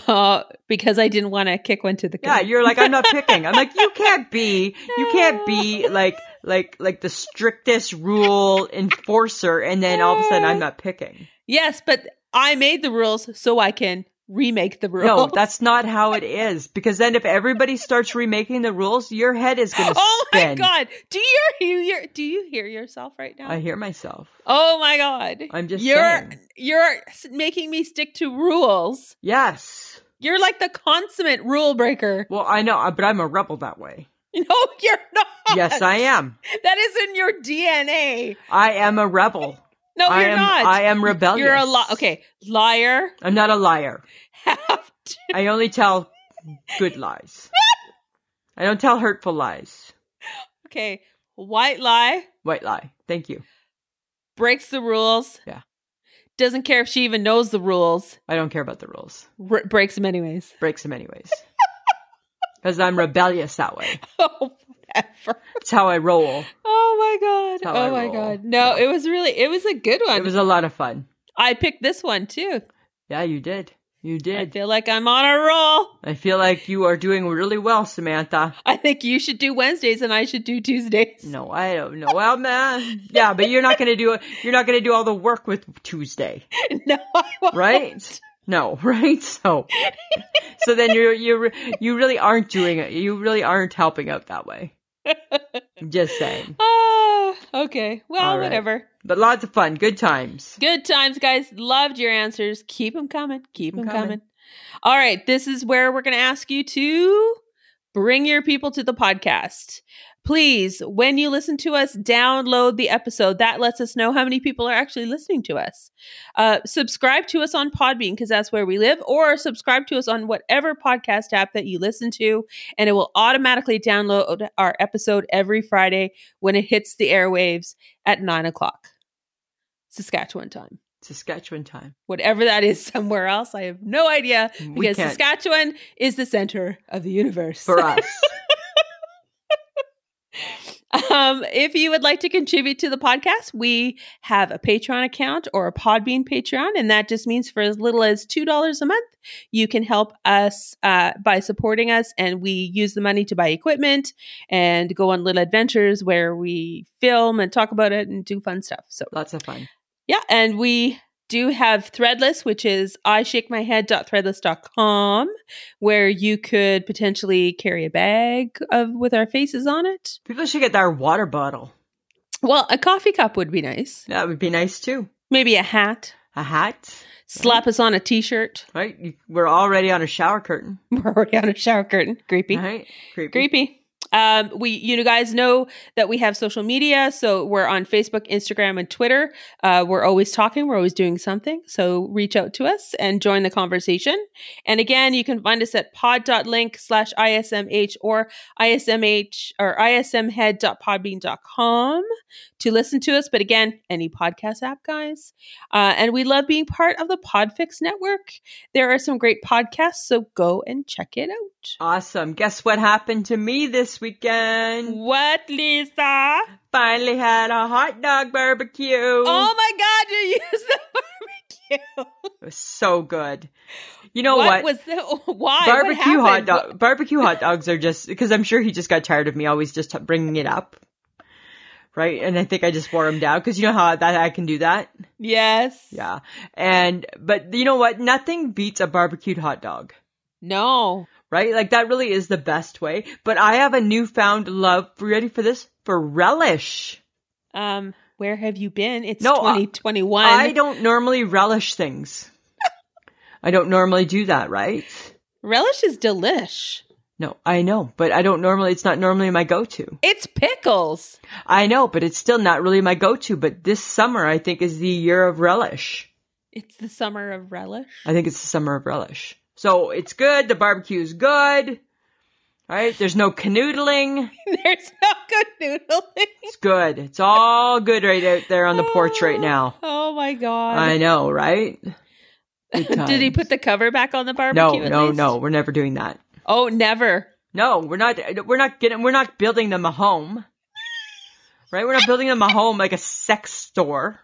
uh, because I didn't want to kick one to the curb Yeah, you're like, I'm not picking. I'm like, you can't be, you can't be like, like, like the strictest rule enforcer, and then all of a sudden, I'm not picking. yes but I made the rules so I can remake the rules No, that's not how it is. Because then, if everybody starts remaking the rules, your head is going to oh my spin. god do you hear your do you hear yourself right now I hear myself. oh my god I'm just you're saying. you're s- making me stick to rules Yes. You're like the consummate rule breaker. Well, I know, but I'm a rebel that way. No, you're not. Yes, I am. That is in your DNA. I am a rebel. No, I you're am. not. I am rebellious. You're a li Okay, liar. I'm not a liar. Have to. I only tell good lies. I don't tell hurtful lies. Okay, white lie White lie. Thank you. breaks the rules. Yeah. Doesn't care if she even knows the rules. I don't care about the rules. R- breaks them anyways. Breaks them anyways. Because I'm rebellious that way. Oh, whatever. That's how I roll. Oh my god. how I Oh my roll. god. No, it was really. It was a good one. It was a lot of fun. I picked this one too. Yeah, you did. You I did. feel like I'm on a roll. I feel like you are doing really well, Samantha. I think you should do Wednesdays and I should do Tuesdays. No, I don't know. Well, man, yeah, but you're not gonna do you're not gonna do all the work with Tuesday, No, I won't. right? No, right? So, so then you're you you really aren't doing it. You really aren't helping out that way. Just saying, Ah, okay. Well, All right. whatever. but lots of fun, good times. Good times, guys. Loved your answers. Keep them coming. Keep them Keep 'em coming. coming. All right. This is where we're going to ask you to bring your people to the podcast. Please, when you listen to us, download the episode. That lets us know how many people are actually listening to us. Uh, subscribe to us on Podbean because that's where we live, or subscribe to us on whatever podcast app that you listen to, and it will automatically download our episode every Friday when it hits the airwaves at nine o'clock. Saskatchewan time. Saskatchewan time. Whatever that is somewhere else, I have no idea We because can't Saskatchewan is the center of the universe. for us. Um, if you would like to contribute to the podcast, we have a Patreon account or a Podbean Patreon, and that just means for as little as two dollars a month, you can help us uh, by supporting us, and we use the money to buy equipment and go on little adventures where we film and talk about it and do fun stuff. So Lots of fun. Yeah, and we do have Threadless, which is ishakemyhead.threadless.com, where you could potentially carry a bag of with our faces on it. People should get their water bottle. Well, a coffee cup would be nice. That would be nice too. Maybe a hat. A hat, Slap us on a t-shirt. right? You- We're already on a shower curtain. We're already on a shower curtain. Creepy. Right? Creepy. Creepy. Um, we, you guys know that we have social media, so we're on Facebook, Instagram, and Twitter. Uh, we're always talking, we're always doing something. So reach out to us and join the conversation. And again, you can find us at pod.link slash ismh or ismh or ismhead.podbean.com to listen to us. But again, any podcast app, guys. Uh, and we love being part of the Podfix network. There are some great podcasts, so go and check it out. Awesome. Guess what happened to me this weekend? What, Lisa? Finally had a hot dog barbecue. Oh my God, you used the barbecue. you. It was so good. You know what, what? was the why what barbecue hot happened? dog. Barbecue hot dogs are just because I'm sure he just got tired of me always just t- bringing it up, right? And I think I just wore him down because you know how that I can do that. Yes. Yeah, and but you know what? Nothing beats a barbecued hot dog, No. right? Like that really is the best way. But I have a newfound love. Ready for this? For relish. Um. Where have you been? It's No, I- 2021. I don't normally relish things. I don't normally do that, right? Relish is delish. No, I know, but I don't normally, it's not normally my go-to. It's pickles. I know, but it's still not really my go-to, but this summer I think is the year of relish. It's the summer of relish. I think it's the summer of relish. So it's good, the barbecue's good, right? There's no canoodling. There's no good noodling. It's good. It's all good right out there on the porch right now. Oh my god. I know, right? Good Did he times. put the cover back on the No, barbecue? at no, least? no, we're never doing that. Oh, never. No, we're not. We're not getting. We're not building them a home, right? We're not building them a home like a sex store,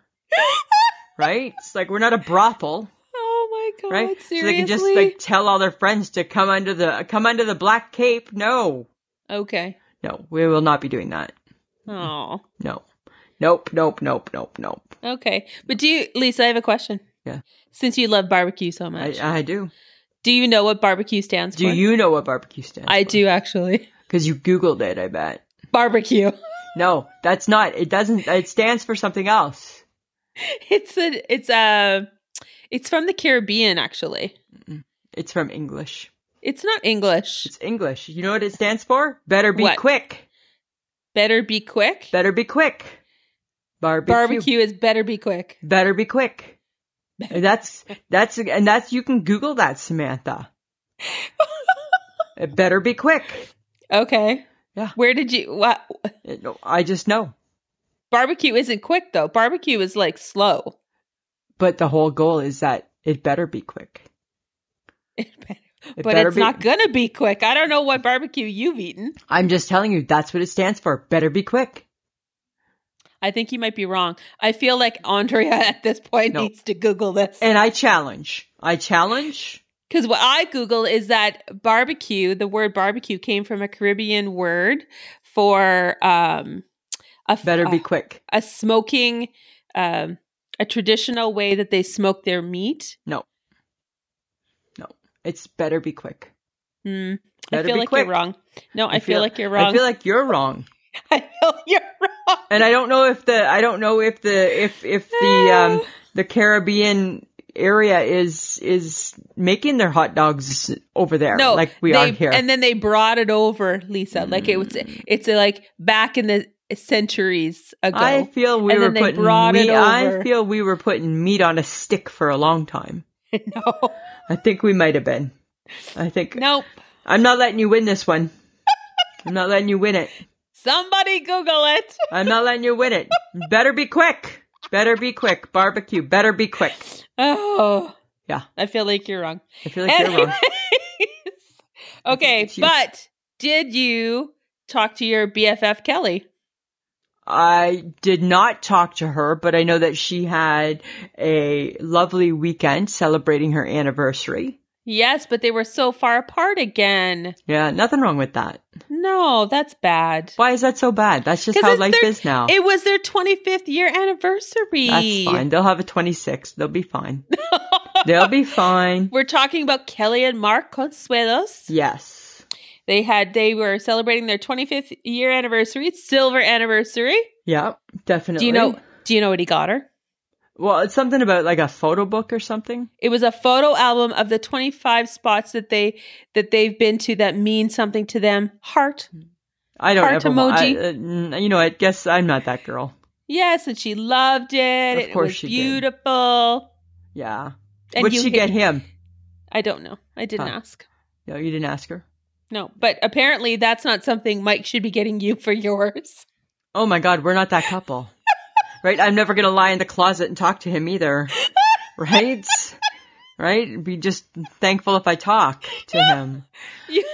right? It's like we're not a brothel, Oh my god. right? Seriously. So they can just like tell all their friends to come under the come under the black cape. No, okay. no, we will not be doing that. Oh. No, nope, nope, nope, nope, nope. Okay. But do you Lisa, I have a question. Yeah. Since you love barbecue so much. I, I do. do you know what barbecue stands Do for? you know what barbecue stands? I do actually. because you googled it. I bet. Barbecue. No, that's not. It doesn't. It stands for something else. It's a it's a it's from the Caribbean actually. It's from English. It's not English. It's English. You know what it stands for? Better be What? quick. Better be quick. Better be quick. Barbecue. barbecue is better be quick. Better be quick. That's that's and that's you can Google that, Samantha. it better be quick. Okay. Yeah. Where did you what It- no, I just know. barbecue isn't quick though. Barbecue is like slow. But the whole goal is that it better be quick. It but better it's be- not gonna be quick. I don't know what barbecue you've eaten. I'm just telling you, that's what it stands for. Better be quick. I think you might be wrong. I feel like Andrea at this point No. needs to Google this And I challenge. I challenge. because what I Google is that barbecue. The word barbecue came from a Caribbean word for um, a f- Better be a- quick. a, smoking, um, a traditional way that they smoke their meat. No. No. It's better be quick. Hmm. I Better feel be like quick. you're wrong. No, I, feel, like you're wrong. I feel like you're wrong. you're wrong. and I don't know if the I don't know if the if if the um the Caribbean area is is making their hot dogs over there No, like we they- are here. Mm. And then they brought it over, Lisa. Like it was, it's uh, like back in the centuries ago. I feel we and were then they putting brought it meat, I over. feel we were putting meat on a stick for a long time. no, I think we might have been. I think nope. I'm not letting you win this one. I'm not letting you win it. Somebody Google it. I'm not letting you win it. Better be quick. Better be quick. Barbecue. Better be quick. Oh, Yeah. I feel like you're wrong. I feel like you're wrong. Anyways. okay, it's you. but did you talk to your BFF Kelly? I did not talk to her, but I know that she had a lovely weekend celebrating her anniversary. Yes, but they were so far apart again. Yeah, nothing wrong with that. No, that's bad. Why is that so bad? That's just 'Cause how it's life their- is now. It was their 25th year anniversary. That's fine. They'll have a 26. They'll be fine. They'll be fine. We're talking about Kelly and Mark Consuelos. Yes. They had they were celebrating their 25th year anniversary, silver anniversary. Yeah, definitely. Do you know do you know what he got her? Well, it's something about like a photo book or something. It was a photo album of the 25 spots that they that they've been to that mean something to them. Heart. Hmm. I don't Heart ever. wa- I, emoji. uh, n- you know, I guess I'm not that girl. Yes, and she loved it. Of it course was she did. beautiful. Yeah. And What'd you she hit- get him? I don't know. I didn't Huh. ask. No, you didn't ask her. No, but apparently that's not something Mike should be getting you for yours. Oh my God, we're not that couple. right? I'm never going to lie in the closet and talk to him either. Right? right? Be just thankful if I talk to him. You,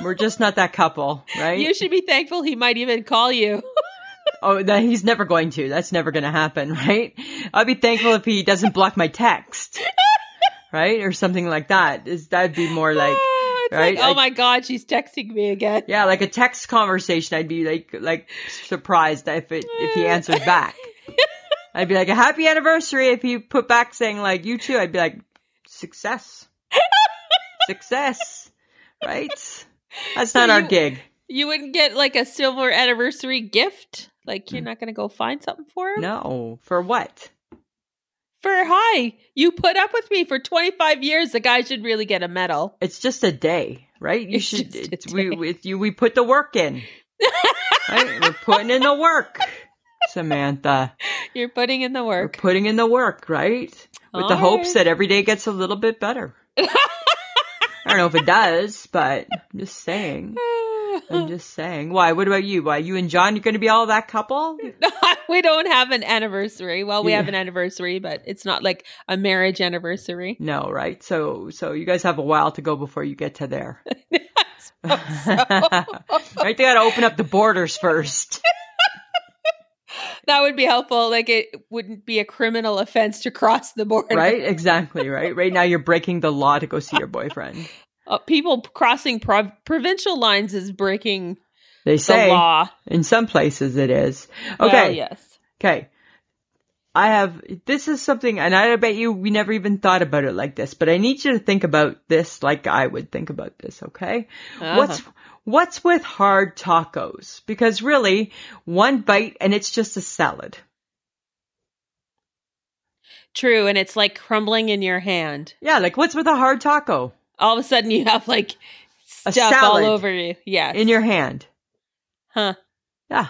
We're just not that couple, right? you should be thankful he might even call you. Oh, no, he's never going to. That's never going to happen, right? I'll be thankful if he doesn't block my text, right, or something like that. Is that'd be more like, Ah, it's right? like, oh Like, my god, she's texting me again. yeah, like a text conversation. I'd be like, like surprised if it if he answered back. I'd be like, a happy anniversary if you put back saying like you too. I'd be like, success, success, right? That's So not our you- gig. You wouldn't get like a silver anniversary gift. Like you're not gonna go find something for him. Hmm. No, for what? For hi, you put up with me for 25 years. The guy should really get a medal. It's just a day, right? You It's should. just a It's, we day. with you. We put the work in. right? We're putting in the work, Samantha. You're putting in the We're work. putting in the work, right? With the All hopes right. that every day gets a little bit better. I don't know if it does, but I'm just saying. I'm just saying. Why? What about you? Why you and John? You're going to be all that couple? we don't have an anniversary. Well, we have Yeah. an anniversary, but it's not like a marriage anniversary. No, right? So, so you guys have a while to go before you get to there. right? They got to open up the borders first. That would be helpful. Like it wouldn't be a criminal offense to cross the border. right exactly right right now you're breaking the law to go see your boyfriend Uh, people crossing prov- provincial lines is breaking they say the law. in some places it is okay Well, yes. okay i have this is something and i bet you we never even thought about it like this but i need you to think about this like i would think about this okay Uh-huh. what's what's with hard tacos because really one bite and it's just a salad True, and it's like crumbling in your hand. yeah like what's with a hard taco All of a sudden, you have like A stuff all salad over you. Yes. in your hand Huh. yeah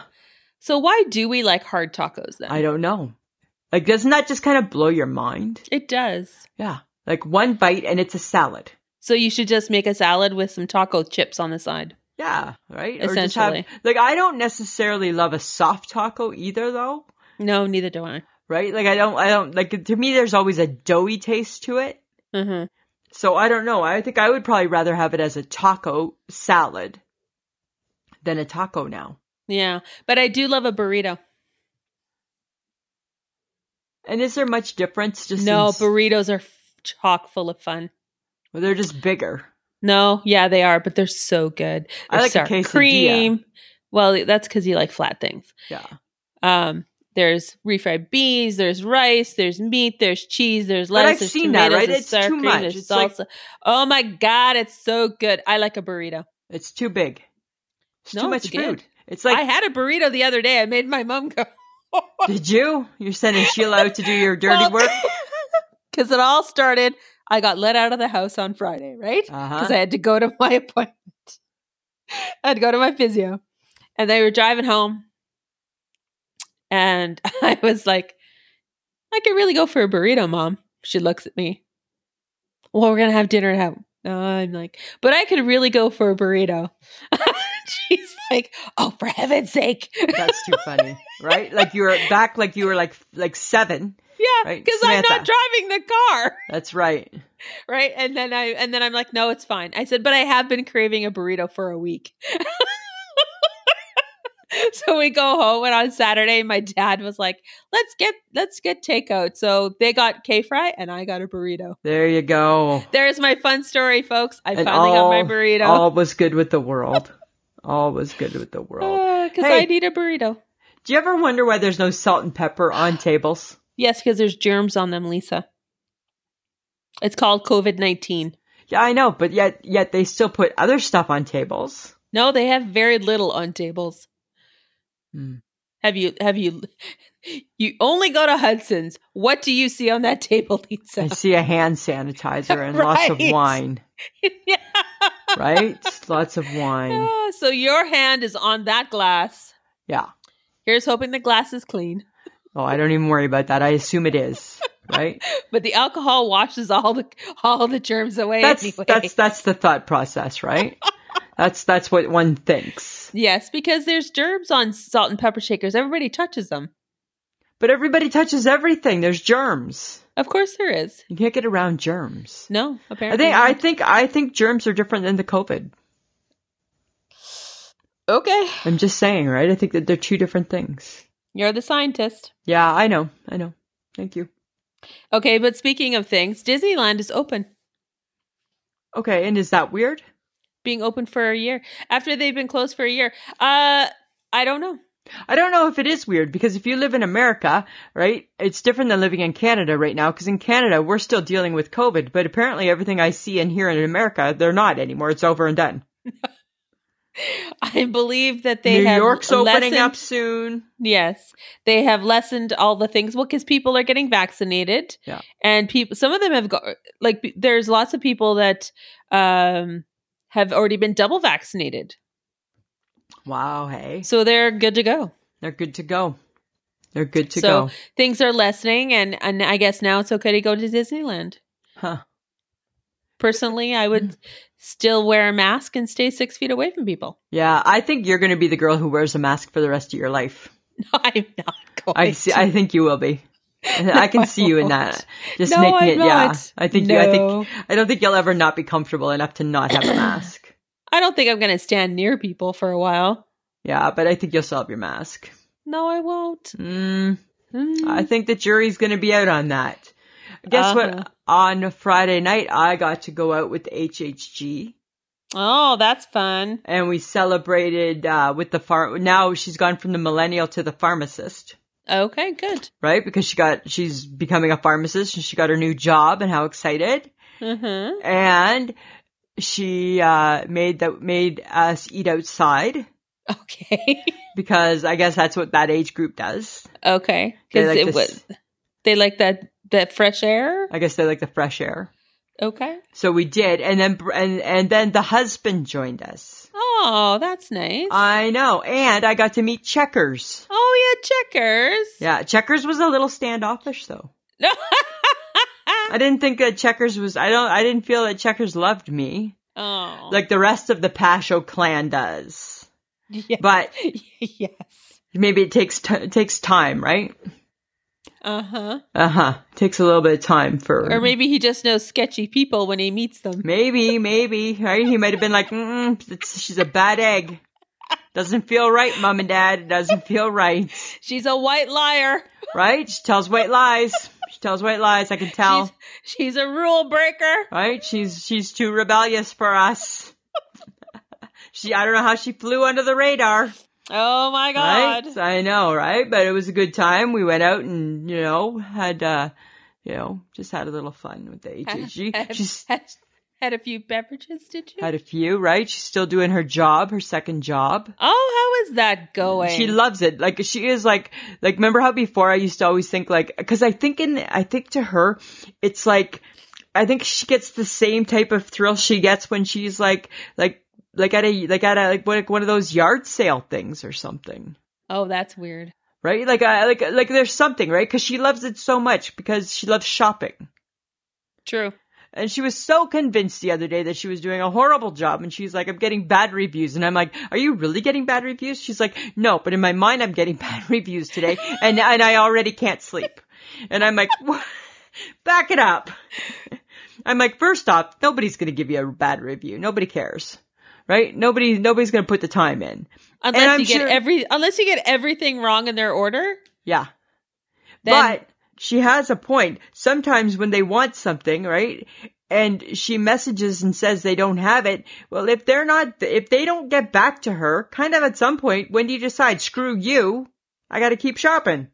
So why do we like hard tacos then? i don't know like doesn't that just kind of blow your mind it does. Yeah. Like one bite and it's a salad. So you should just make a salad with some taco chips on the side. Yeah, right? Essentially. like I don't necessarily love a soft taco either though, No, neither do I. right? Like I don't I don't like to me there's always a doughy taste to it. hmm So I don't know. I think I would probably rather have it as a taco salad than a taco now. Yeah, but I do love a burrito. And is there much difference just no, in, burritos are f- chock full of fun. well, they're just bigger. No, yeah, they are, but they're so good. I There's like a sour quesadilla. cream. Well, that's because you like flat things. Yeah. Um, there's refried beans, there's rice, there's meat, there's cheese, there's But I've lettuce, there's seen that, tomatoes, right? there's It's sour too cream, much. there's It's like- salsa. oh my god, it's so good. I like a burrito. It's too big. It's No, too it's much good. food. It's like I had a burrito the other day. I made my mom go. did you? You're sending Sheila out to do your dirty work? Because it all started, I got let out of the house on Friday, right? Uh-huh. Because I had to go to my appointment. I had to go to my physio. And they were driving home. And I was like, I could really go for a burrito, mom. She looks at me. Well, we're going to have dinner at home. No, I'm like, but I could really go for a burrito. She's like, oh, for heaven's sake. That's too funny, right? Like you were back, like you were like like seven. yeah, Right, because I'm not Samantha. driving the car. That's right. right and then i and then i'm like no it's fine i said but i have been craving a burrito for a week so we go home and on saturday my dad was like let's get let's get takeout so they got k-fry and i got a burrito There you go. there's my fun story folks i And finally got all- my burrito All was good with the world. All was good with the world. because Hey. Ah, i need a burrito Do you ever wonder why there's no salt and pepper on tables? yes because there's germs on them lisa it's called covid-19 Yeah, I know, but yet yet they still put other stuff on tables. No, they have very little on tables. Hmm. Have you have you you only go to Hudson's. What do you see on that table, I Lisa? see a hand sanitizer and lots of Right. wine, yeah. right? lots of wine. Ah, So your hand is on that glass. Yeah. Here's hoping the glass is clean. Oh, I don't even worry about that. I assume it is, right? But the alcohol washes all the all the germs away that's anyway. that's that's the thought process, right? that's that's what one thinks. yes, because there's germs on salt and pepper shakers. Everybody touches them. But everybody touches everything. There's germs. Of course there is. You can't get around germs. No, I apparently. think I not. think I think germs are different than the COVID. Okay. I'm just saying, right? I think that they're two different things. You're the scientist. Yeah, I know. I know. Thank you. Okay, but speaking of things, Disneyland is open, Okay, and is that weird? being open for a year after they've been closed for a year. Uh, I don't know. I don't know if it is weird because if you live in America, right, it's different than living in Canada right now because in Canada we're still dealing with COVID, but apparently everything I see and hear in America, they're not anymore. It's over and done. I believe that they New have York's opening lessened- up soon. Yes, they have lessened all the things. Well, because people are getting vaccinated, Yeah. and people. Some of them have got like b- there's lots of people that um have already been double vaccinated, Wow, hey. so they're good to go. They're good to go. They're good to so go. things are lessening, and and I guess now it's okay to go to Disneyland. Huh. Personally, I would Mm-hmm. still wear a mask and stay six feet away from people. Yeah, I think you're going to be the girl who wears a mask for the rest of your life. I'm not going. I see. I think you will be. I can see you in that. Just No, making I'm it. Yeah, not. I think. You, I No. think. I don't think you'll ever not be comfortable enough to not have a mask. I don't think I'm going to stand near people for a while. Yeah, but I think you'll still have your mask. No, I won't. Mm, Mm. I think the jury's going to be out on that. Guess Uh-huh. what? On Friday night, I got to go out with HHG. Oh, that's fun. And we celebrated uh, with the farm. Now she's gone from the millennial to the pharmacist. Okay, good. right? Because she got she's becoming a pharmacist and she got her new job and how excited. Mhm. And she uh, made that made us eat outside Okay. because I guess that's what that age group does. okay. They Because like it this- was they like that that fresh air. I guess they like the fresh air. Okay. So we did, and then and and then the husband joined us. Oh, that's nice. I know, and I got to meet Checkers. oh yeah, checkers. Yeah, Checkers was a little standoffish though. I didn't think that Checkers was. I don't. I didn't feel that Checkers loved me oh, like the rest of the Pasho clan does. yes. but- yes. maybe it takes t- it takes time, right? Uh huh. Uh huh. Takes a little bit of time for Or maybe he just knows sketchy people when he meets them. maybe, maybe, right? He might have been like, Mm-mm, it's- she's a bad egg. Doesn't feel right, mom and dad. It doesn't feel right, She's a white liar. right? She tells white lies. She tells white lies. I can tell, She's, she's a rule breaker. right? She's she's too rebellious for us. she, I don't know how she flew under the radar. Oh my god. Right? I know, right? But it was a good time. We went out and, you know, had, uh, you know, just had a little fun with the HHG. Had- She's had, had a few beverages, did you? had a few, right? She's still doing her job, her second job. oh, how is that going? She loves it. Like she is like, like remember how before I used to always think like, cause I think in, I think to her, it's like, I think she gets the same type of thrill she gets when she's like, like, like at a, like at a, like one- like one of those yard sale things or something. oh, that's weird. right? Like, I, like, like there's something, right? Because she loves it so much because she loves shopping. True. And she was so convinced the other day that she was doing a horrible job. And she's like, I'm getting bad reviews. And I'm like, are you really getting bad reviews? She's like, no, but in my mind, I'm getting bad reviews today. And, and I already can't sleep. And I'm like, what? back it up. I'm like, first off, nobody's going to give you a bad review. Nobody cares, right? Nobody, nobody's going to put the time in. Unless I'm you get sure- every unless you get everything wrong in their order, Yeah. then but she has a point. Sometimes when they want something, right? And she messages and says they don't have it. Well, if they're not, if they don't get back to her, kind of at some point, when do you decide, screw you, I gotta keep shopping,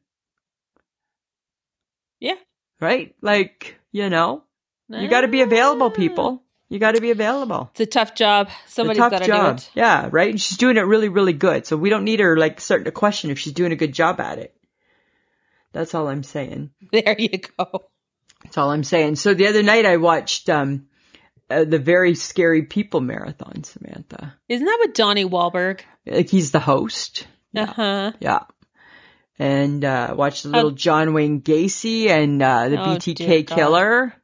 yeah. right? Like, you know, you gotta be available, Ah. people. You gotta be available. It's a tough job. It's a Somebody's tough got to do job. it. Yeah, right? And she's doing it really, really good. So we don't need her, like, starting to question if she's doing a good job at it. That's all I'm saying. There you go. That's all I'm saying. So the other night I watched um uh, the very scary people marathon, Samantha. Isn't that what Donnie Wahlberg? Like he's the host. Uh huh. Yeah. And uh watched the little Oh. John Wayne Gacy and uh the Oh, dear BTK God. killer.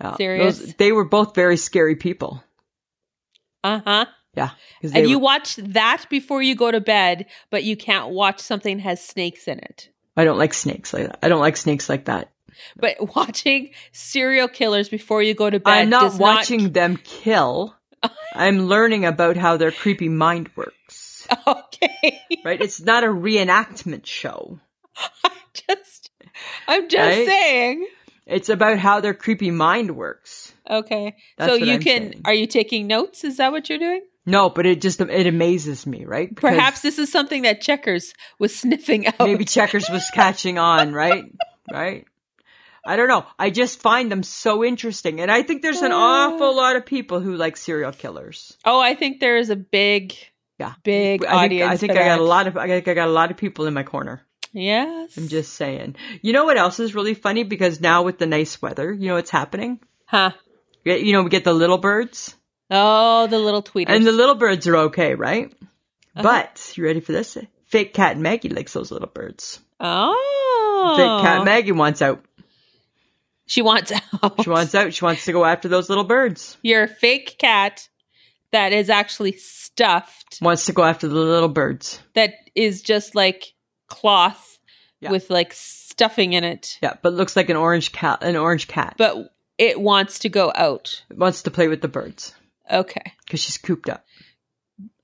Yeah, Serious? they were both very scary people. Uh huh. Yeah. 'cause they And you were- watch that before you go to bed, but you can't watch something has snakes in it. I don't like snakes like that. I don't like snakes like that. But watching serial killers before you go to bed, I'm not does watching them kill. I'm learning about how their creepy mind works. Okay. Right? It's not a reenactment show. I just I'm just Right? saying. It's about how their creepy mind works. Okay. That's so what you I'm can saying. are you taking notes? Is that what you're doing? No, but it just it amazes me, right? Because Perhaps this is something that Checkers was sniffing out. maybe Checkers was catching on, right? Right? I don't know. I just find them so interesting. And I think there's an awful lot of people who like serial killers. Oh, I think there is a big Yeah. big I think, audience. I think for I got that. a lot of I think I got a lot of people in my corner. Yes. I'm just saying. You know what else is really funny? Because now with the nice weather, you know what's happening? Huh. Yeah, You know, we get the little birds. Oh, the little tweeters. And the little birds are okay, right? But you ready for this? Fake cat Maggie likes those little birds. oh. Fake cat Maggie wants out. she wants out. She wants out. She wants to go after those little birds. your fake cat that is actually stuffed Wants to go after the little birds. that is just like cloth Yeah. with like stuffing in it Yeah, but looks like an orange cat. An orange cat but it wants to go out wants to play with the birds okay because she's cooped up.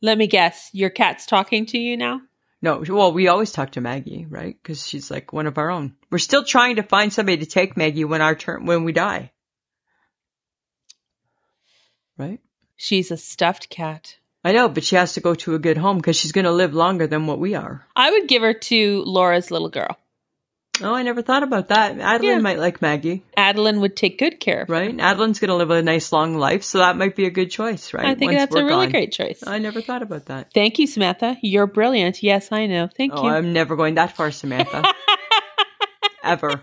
let me guess your cat's talking to you now No, well, we always talk to Maggie, right? Because she's like one of our own. We're still trying to find somebody to take Maggie when our turn when we die, right? she's a stuffed cat I know, but she has to go to a good home because she's going to live longer than what we are. i would give her to laura's little girl Oh, I never thought about that. Adeline Yeah. might like Maggie, adeline would take good care of her right? Adeline's going to live a nice long life, so that might be a good choice, right? i think Once that's a we're really gone. great choice I never thought about that. thank you samantha you're brilliant yes i know thank Oh, you I'm never going that far, Samantha. ever.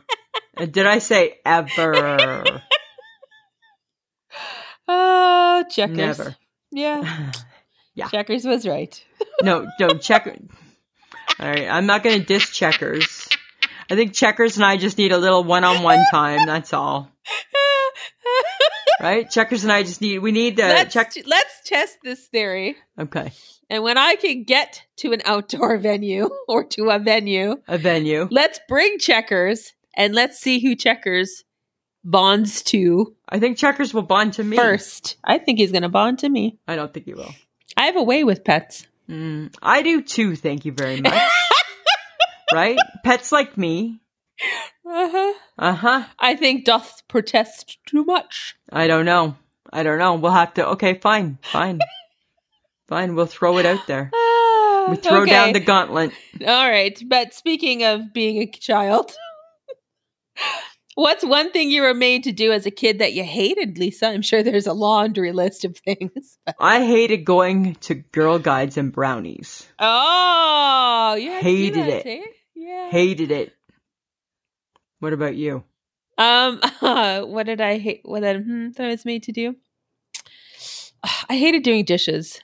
Uh, Did I say ever? oh checkers never. yeah checkers was right No, no, check. All right, I'm not going to diss checkers. I think checkers and I just need a little one-on-one time. That's all, right? Checkers and I just need we need to let's, check. let's test this theory. Okay, And when I can get to an outdoor venue or to a venue, a venue. let's bring checkers and let's see who checkers bonds to I think checkers will bond to me first. I think he's going to bond to me. I don't think he will. I have a way with pets. Mm, I do too. Thank you very much. right? Pets like me. Uh-huh. Uh huh. I think doth protest too much. I don't know. I don't know. We'll have to. Okay, fine, fine, fine. We'll throw it out there. Ah, We throw okay. down the gauntlet. All right. But speaking of being a child, what's one thing you were made to do as a kid that you hated, Lisa? I'm sure there's a laundry list of things. I hated going to girl guides and brownies. oh, you had to do Hated that, it. eh? Yeah. Hated it. What about you? Um, what did I hate? What that, hmm, that I was made to do? I hated doing dishes.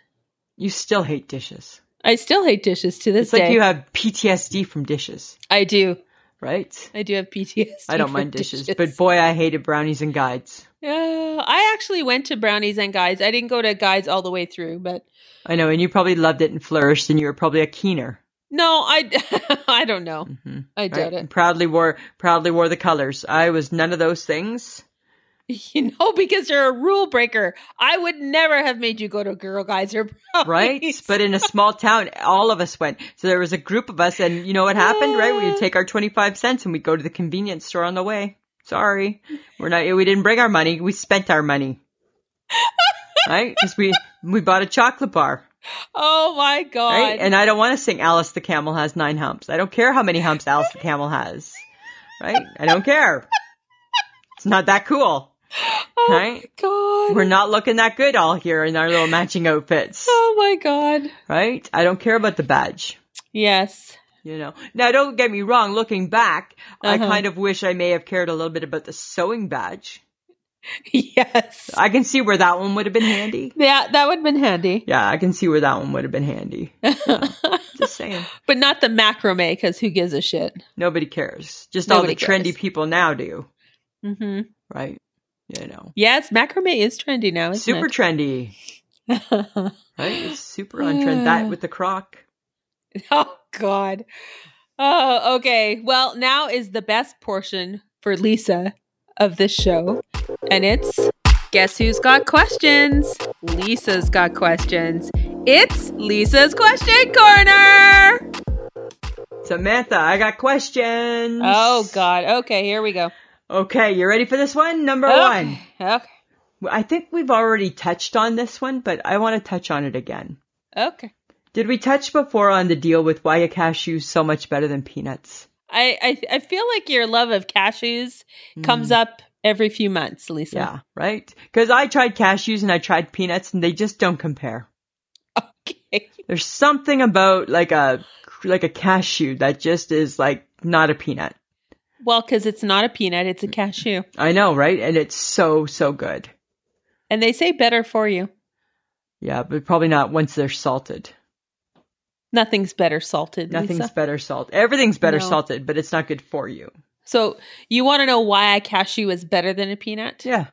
You still hate dishes. I still hate dishes to this It's like day. you have PTSD from dishes, I do. right? I do have PTSD. I don't from mind dishes, but boy, I hated brownies and guides. Yeah, Uh, I actually went to brownies and guys. I didn't go to guys all the way through, but I know, and you probably loved it and flourished, and you were probably a keener. No, I, I don't know. I Mm-hmm. Right? doubt And proudly wore proudly wore the colors. I was none of those things. it. You know, because you're a rule breaker. I would never have made you go to Girl Guys or Brownies. right? But in a small town, all of us went. So there was a group of us, and you know what happened, right? We would take our 25 cents and we'd go to the convenience store on the way. Sorry. We're not, we didn't bring our money. We spent our money. right? Because we, we bought a chocolate bar. oh my god! Right? And I don't want to sing Alice the Camel has nine humps. I don't care how many humps Alice the Camel has. Right? I don't care. It's not that cool. oh my Right? god! We're not looking that good all here in our little matching outfits. oh my god! Right? I don't care about the badge. Yes. You know, now don't get me wrong. Looking back, I Uh-huh. kind of wish I may have cared a little bit about the sewing badge. Yes. I can see where that one would have been handy. Yeah, that would have been handy. Yeah, I can see where that one would have been handy. Yeah. Just saying, But not the macrame, because who gives a shit? nobody cares. Just Nobody all the trendy cares. people now do, Mm-hmm. right? You know, Yes, macrame is trendy now, isn't super it? trendy, right? It's super on trend. That with the croc. oh god. Oh, okay. Well, now is the best portion for Lisa of this show, and it's Guess who's got questions? Lisa's got questions. It's Lisa's Question Corner! Samantha, I got questions. Oh, God. Okay, here we go. Okay, you ready for this one? Number Okay. Okay. one. I think we've already touched on this one, but I want to touch on it again. Okay. Did we touch before on the deal with why a cashew so much better than peanuts? I, I, I feel like your love of cashews Mm. comes up every few months, Lisa. Yeah, right? Because I tried cashews and I tried peanuts and they just don't compare. Okay. There's something about like a like a cashew that just is like not a peanut. Well, because it's not a peanut, it's Mm. a cashew. I know, right? And it's so so good. And they say better for you. Yeah, but probably not once they're salted. Nothing's better salted. Nothing's Lisa. better salted. Everything's better No. salted, but it's not good for you. So you want to know why a cashew is better than a peanut? Yeah.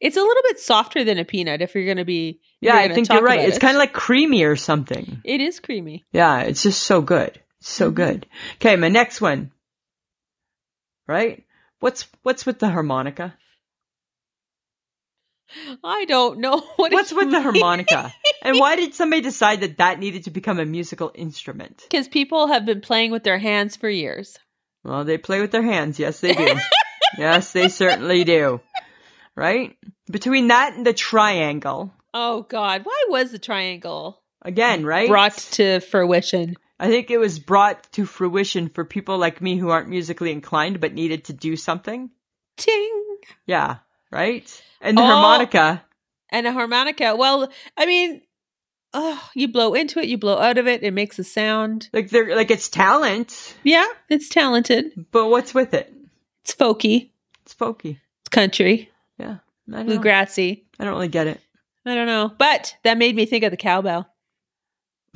It's a little bit softer than a peanut if you're going to be. Yeah, you're I gonna think you're talk right. about It's it. kind of like creamy or something. It is creamy. Yeah, it's just so good. So Mm-hmm. good. Okay, my next one. Right? What's what's with the harmonica? I don't know what. What's with the harmonica? And why why? did somebody decide that that needed to become a musical instrument? Because people have been playing with their hands for years. Well, they play with their hands. Yes, they do. yes, they certainly do. Right? Between that and the triangle, Oh God, why was the triangle again, right? brought to fruition? I think it was brought to fruition for people like me who aren't musically inclined but needed to do something. Ting Yeah, right? And the Oh. harmonica. and a harmonica. Well, I mean, oh, you blow into it, you blow out of it. It makes a sound. Like they're like it's talent, Yeah, it's talented. but what's with it? It's folky. It's folky. It's country. Yeah. I don't, know. Bluegrassy. I don't really get it. I don't know, but that made me think of the cowbell.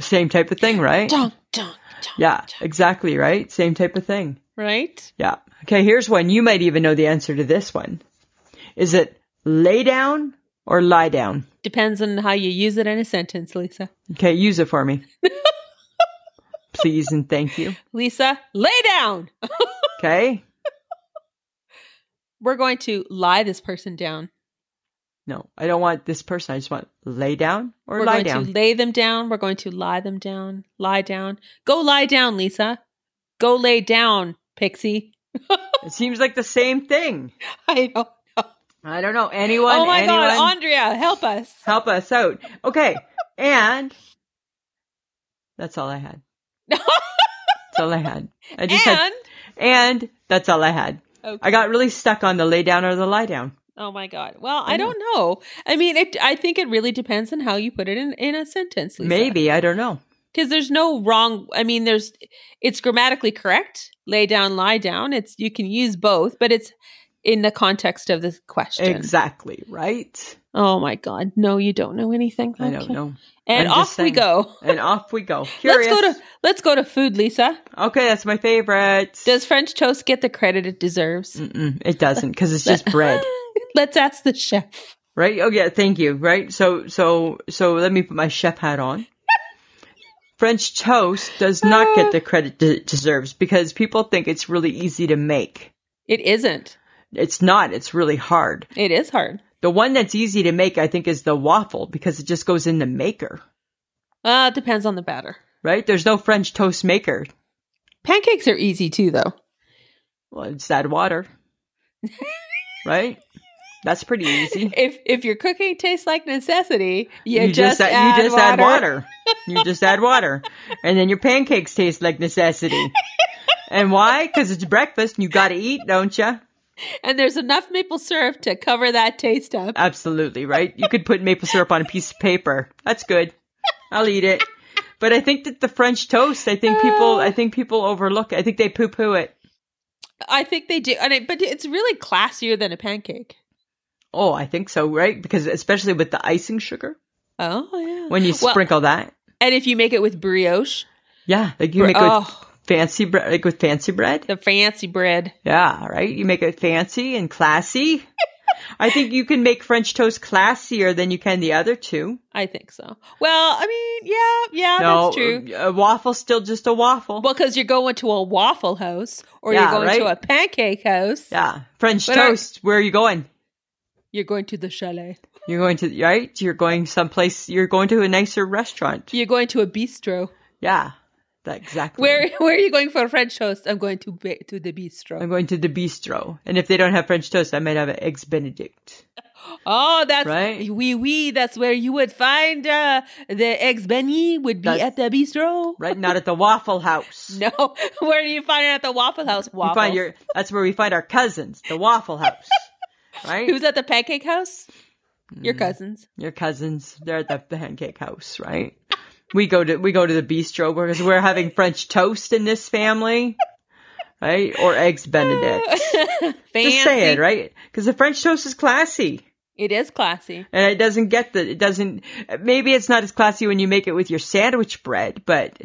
Same type of thing, right? Dunk, dunk, dunk. Yeah, exactly, right? Same type of thing. Right? Yeah. Okay, here's one. You might even know the answer to this one. Is it lay down or lie down? Depends on how you use it in a sentence, Lisa. Okay, use it for me. Please and thank you. Lisa, lay down. Okay? We're going to lie this person down. No, I don't want this person. I just want lay down or We're lie going to down. lay them down. We're going to lie them down. Lie down. Go lie down, Lisa. Go lay down, Pixie. It seems like the same thing. I don't know. I don't know. Anyone? Oh my anyone? God, Andrea, help us. help us out. Okay. And that's all I had. That's all I had. I just had and and that's all I had. Okay. I got really stuck on the lay down or the lie down. Oh my god. Well, I don't know. I mean, it I think it really depends on how you put it in in a sentence. Lisa. Maybe, I don't know. because there's no wrong i mean there's it's grammatically correct lay down lie down it's you can use both but it's in the context of the question Exactly, right? oh my god no you don't know anything I don't Okay. know. and I'm just off we saying. go And off we go. Curious. let's go to let's go to food lisa Okay, that's my favorite. does french toast get the credit it deserves Mm-mm, it doesn't because Mm, it's just bread. let's ask the chef Right? Oh yeah, thank you. Right? So so so let me put my chef hat on. French toast does not get the credit it deserves because people think it's really easy to make. it isn't It's not. It's really hard. it is hard The one that's easy to make, I think, is the waffle because it just goes in the maker. uh it depends on the batter Right? There's no French toast maker. pancakes are easy too though Well, it's that water. right? That's pretty easy. if if your cooking tastes like necessity you, you just, just, add, add, you just add water. You just add water, and then your pancakes taste like necessity. and why? Because it's breakfast, and you got to eat, don't you? And there's enough maple syrup to cover that taste up. Absolutely right. You could put maple syrup on a piece of paper. That's good. I'll eat it. But I think that the French toast, I think people, I think people overlook. it. I think they poo-poo it. I think they do. And it, but it's really classier than a pancake. Oh, I think so, right? Because especially with the icing sugar, Oh yeah. when you Well, sprinkle that, and if you make it with brioche, yeah, like you make it with oh, fancy bread, like with fancy bread. the fancy bread. Yeah, right? You make it fancy and classy. I think you can make French toast classier than you can the other two. I think so. Well, I mean, yeah, yeah, that's true. A waffle's still just a waffle. Well, because you're going to a waffle house or Yeah, you're going to right. a pancake house. yeah. French But I- toast, where are you going? You're going to the chalet. You're going to right. You're going someplace. You're going to a nicer restaurant. You're going to a bistro. Yeah, that exactly. Where where are you going for French toast? I'm going to ba- to the bistro. I'm going to the bistro, and if they don't have French toast, I might have an eggs Benedict. Oh, that's Right. Oui, oui. That's where you would find uh, the eggs benny would be at the That's- bistro. Right, not at the Waffle House. No, where do you find it at the Waffle House? We Waffle. find your. That's where we find our cousins. The Waffle House. Right. Who's at the Pancake House? Your Mm. cousins. your cousins they're at the pancake house right we go to we go to the bistro because we're having french toast in this family right or eggs benedict Fancy. just saying right because the french toast is classy It is classy. and it doesn't get the it doesn't maybe it's not as classy when you make it with your sandwich bread but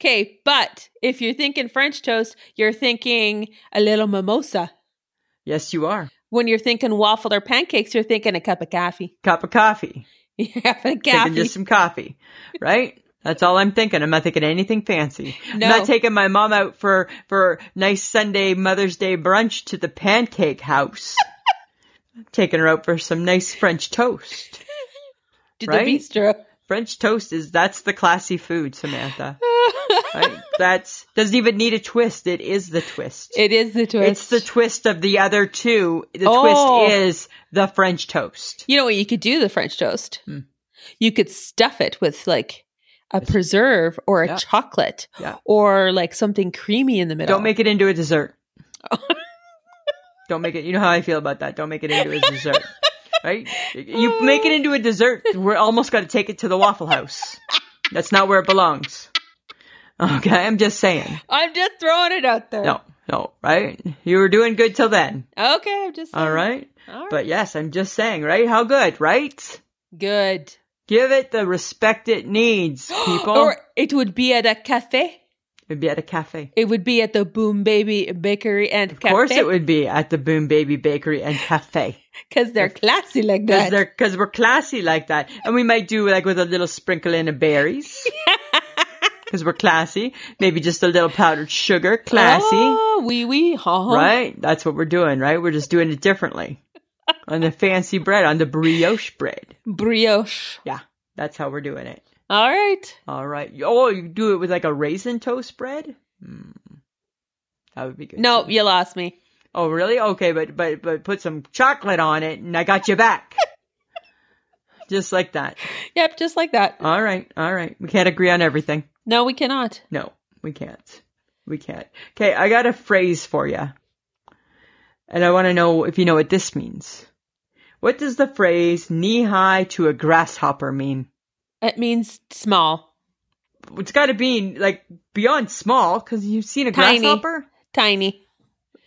Okay, but if you're thinking French toast, you're thinking a little mimosa. yes you are When you're thinking waffle or pancakes, you're thinking a cup of coffee. cup of coffee You're having taking coffee. just some coffee right that's all I'm thinking. I'm not thinking anything fancy. No. I'm not taking my mom out for, for nice Sunday Mother's Day brunch to the pancake house. taking her out for some nice French toast. to right? the bistro. French toast is, that's the classy food, Samantha. Right? That's, doesn't even need a twist. It is the twist. It is the twist. It's the twist of the other two. The Oh. twist is the French toast. You know what you could do the French toast? Hmm. You could stuff it with like a preserve or a Yeah. chocolate Yeah. or like something creamy in the middle. Don't make it into a dessert. Don't make it. You know how I feel about that. Don't make it into a dessert. Right? You make it into a dessert. We're almost got to take it to the Waffle House. That's not where it belongs. Okay, I'm just saying. I'm just throwing it out there. No, no, right? You were doing good till then. Okay, I'm just All right? All right. But yes, I'm just saying, right? How good, right? good. Give it the respect it needs, people. Or it would be at a cafe. It'd be at a cafe. It would be at the Boom Baby Bakery and Of course, it would be at the Boom Baby Bakery and Cafe. because they're classy like because that. they're because we're classy like that, and we might do like with a little sprinkle in of berries because we're classy. Maybe just a little powdered sugar, classy, Oh, wee wee, ha ha. right? That's what we're doing, right? We're just doing it differently on the fancy bread, on the brioche bread. Brioche. Yeah, that's how we're doing it. All right. All right. Oh, you do it with like a raisin toast bread. Hmm. That would be good. No, too. you lost me. Oh, really? Okay, but but but put some chocolate on it, and I got you back. Just like that. Yep, just like that. All right, all right. We can't agree on everything. No, we cannot. No, we can't. We can't. Okay, I got a phrase for you. And I want to know if you know what this means. What does the phrase knee high to a grasshopper mean? It means small. It's got to be like beyond small because you've seen a Tiny. grasshopper. Tiny.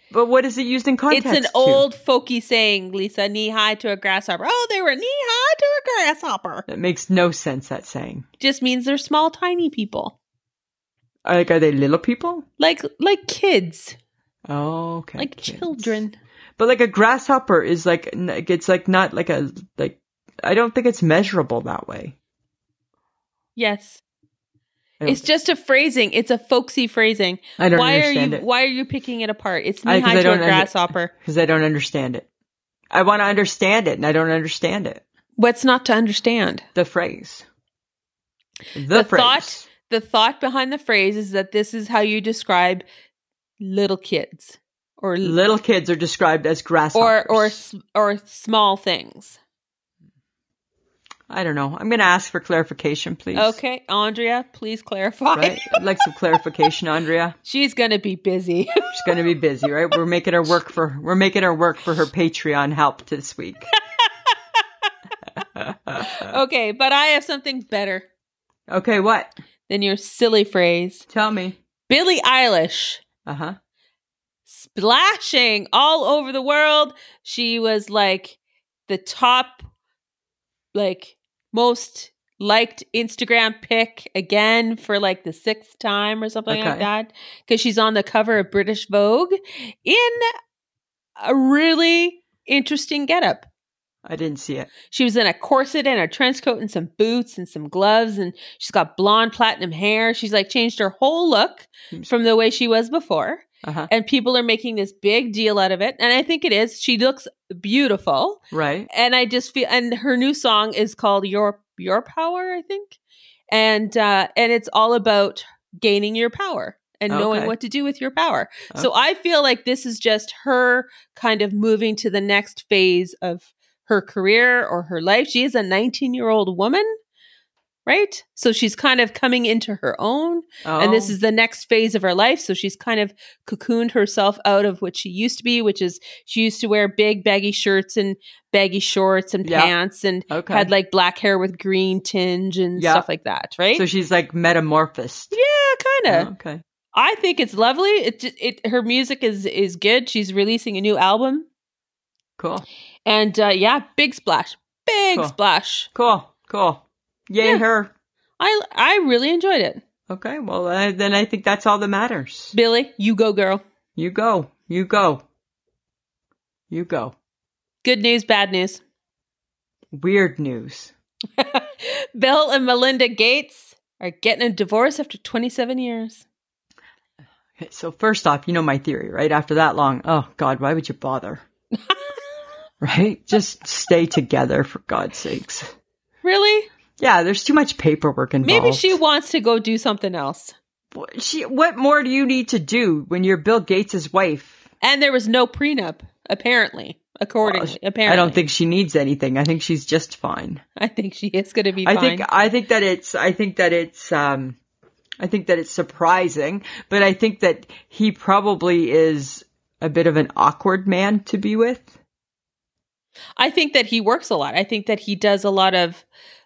But what is it used in It's context? an to? old folky saying, Lisa, knee high to a grasshopper. Oh, they were knee high to a grasshopper. That makes no sense, that saying. Just means they're small, tiny people. Are- Like, are they little people? Like like kids. Oh, okay. Like kids. children. But like a grasshopper is like, n- like, it's like not like a, like, I don't think it's measurable that way. Yes. I don't It's just a phrasing. It's a folksy phrasing. I don't why understand are you it. why are you picking it apart? It's I- knee 'cause high to I a don't under- grasshopper. because I don't understand it. I want to understand it, and I don't understand it. What's not to understand? The phrase. The, The, phrase. thought the thought behind the phrase is that this is how you describe little kids or l- Little kids are described as grasshoppers. or or s- or small things. I don't know. I'm going to ask for clarification, please. Okay, Andrea, please clarify. Right? I'd like some clarification, Andrea. She's gonna be busy. She's going to be busy, right? We're making her work for we're making her work for her Patreon help this week. Uh. okay, but I have something better Okay, what? than your silly phrase. Tell me. Billie Eilish Uh huh. splashing all over the world. She was like the top, like most liked Instagram pic again for like the sixth time or something like Okay. that because she's on the cover of British Vogue in a really interesting getup. I didn't see it. She was in a corset and a trench coat and some boots and some gloves and she's got blonde platinum hair. She's like changed her whole look from the way she was before. Uh-huh. and people are making this big deal out of it and i think it is she looks beautiful Right. and i just feel and her new song is called your your power i think and uh and it's all about gaining your power and knowing Okay. what to do with your power so Okay. i feel like this is just her kind of moving to the next phase of her career or her life she is a 19 year old woman right so she's kind of coming into her own and this Oh, is the next phase of her life. So she's kind of cocooned herself out of what she used to be, which is she used to wear big baggy shirts and baggy shorts and Yeah. pants and okay. had like black hair with green tinge and Yeah. stuff like that, right? so she's like metamorphosed. yeah, kind of. Oh, okay. I think it's lovely. It, ju- it her music is is good. She's releasing a new album, Cool. and uh, yeah, big splash, big Cool. splash. Cool. Cool. Yay, Yeah. her. I I really enjoyed it. Okay. Well, I, then I think that's all that matters. Billy, you go, girl. You go. You go. You go. Good news, bad news. Weird news. Bill and Melinda Gates are getting a divorce after 27 years. Okay, So first off, you know my theory, right? After that long, oh God, why would you bother? right? Just stay together for God's sakes. Really? Yeah, there's too much paperwork involved. Maybe she wants to go do something else. What- she. What more do you need to do when you're Bill Gates' wife? And there was no prenup, apparently. Accordingly, apparently. I don't think she needs anything. I think she's just fine. I think she is going to be I fine. think. I think that it's. I think that it's. Um, I think that it's surprising, but I think that he probably is a bit of an awkward man to be with. I think that he works a lot. I think that he does a lot of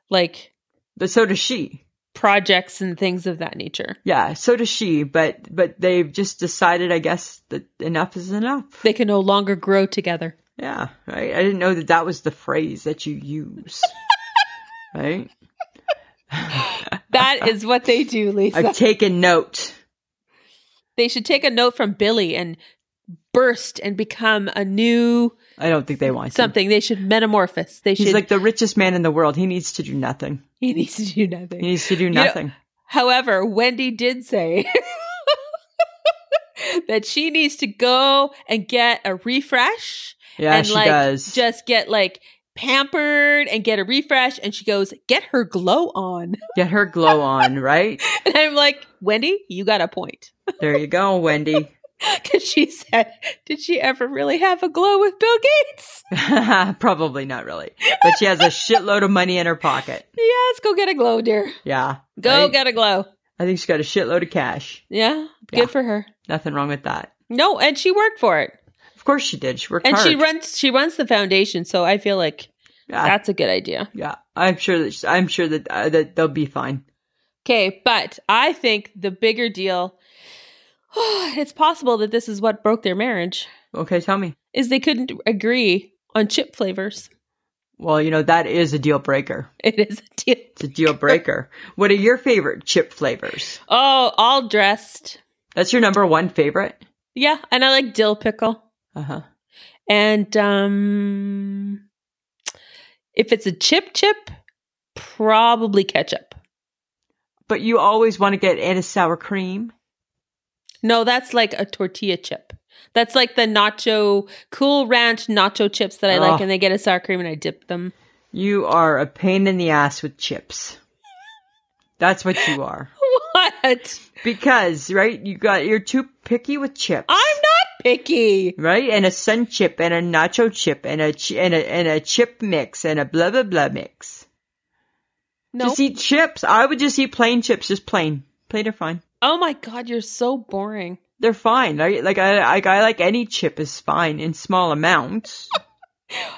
like But so does she. projects and things of that nature. Yeah, so does she, but but they've just decided, I guess, that enough is enough. They can no longer grow together. Yeah, right. I didn't know that that was the phrase that you use. right? That is what they do, Lisa. I've taken note. they should take a note from Billy and burst and become a new I don't think they want to. something. They should metamorphose. They He's should like the richest man in the world. He needs to do nothing. He needs to do He nothing. needs to do know- nothing. However, Wendy did say that she needs to go and get a refresh yeah, and she like does. just get like pampered and get a refresh and she goes get her glow on Get her glow on, right? and i'm like wendy you got a point There you go, Wendy. because she said did she ever really have a glow with bill gates Probably not really. But she has a shitload of money in her pocket. yes go get a glow dear Yeah. go right? get a glow I think she's got a shitload of cash. yeah good Yeah. for her Nothing wrong with that. no and she worked for it Of course she did. She worked and hard. she runs she runs the foundation so i feel like yeah, That's a good idea. yeah. I'm sure that she, I'm sure that uh, that they'll be fine. Okay, but I think the bigger deal it's possible that this is what broke their marriage Okay, tell me. is they couldn't agree on chip flavors. Well, you know that is a deal breaker. It is a deal. It's a deal breaker. what are your favorite chip flavors? Oh, all dressed. That's your number one favorite. Yeah, and I like dill pickle. Uh huh. And um if it's a chip chip, probably ketchup. But you always want to get and a sour cream. No, that's like a tortilla chip. That's like the nacho cool ranch nacho chips that I like Ugh. and they get a sour cream and I dip them. You are a pain in the ass with chips. That's what you are. What? Because right, you got you're too picky with chips. I'm not picky. right? And a sun chip and a nacho chip and a ch- and a and a chip mix and a blah blah blah mix. No. Just eat chips. I would just eat plain chips, just plain. Plain are fine. oh my god, you're so boring. They're fine. Right? Like I, I I like any chip is fine in small amounts.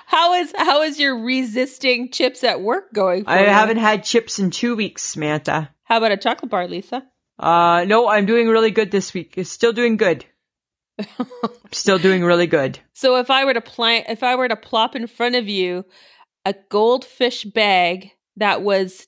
How is how is your resisting chips at work going? For I you? haven't had chips in two weeks, Samantha. How about a chocolate bar, Lisa? Uh, no, I'm doing really good this week. Still doing good. Still doing really good. So if I were to plant, if I were to plop in front of you a goldfish bag that was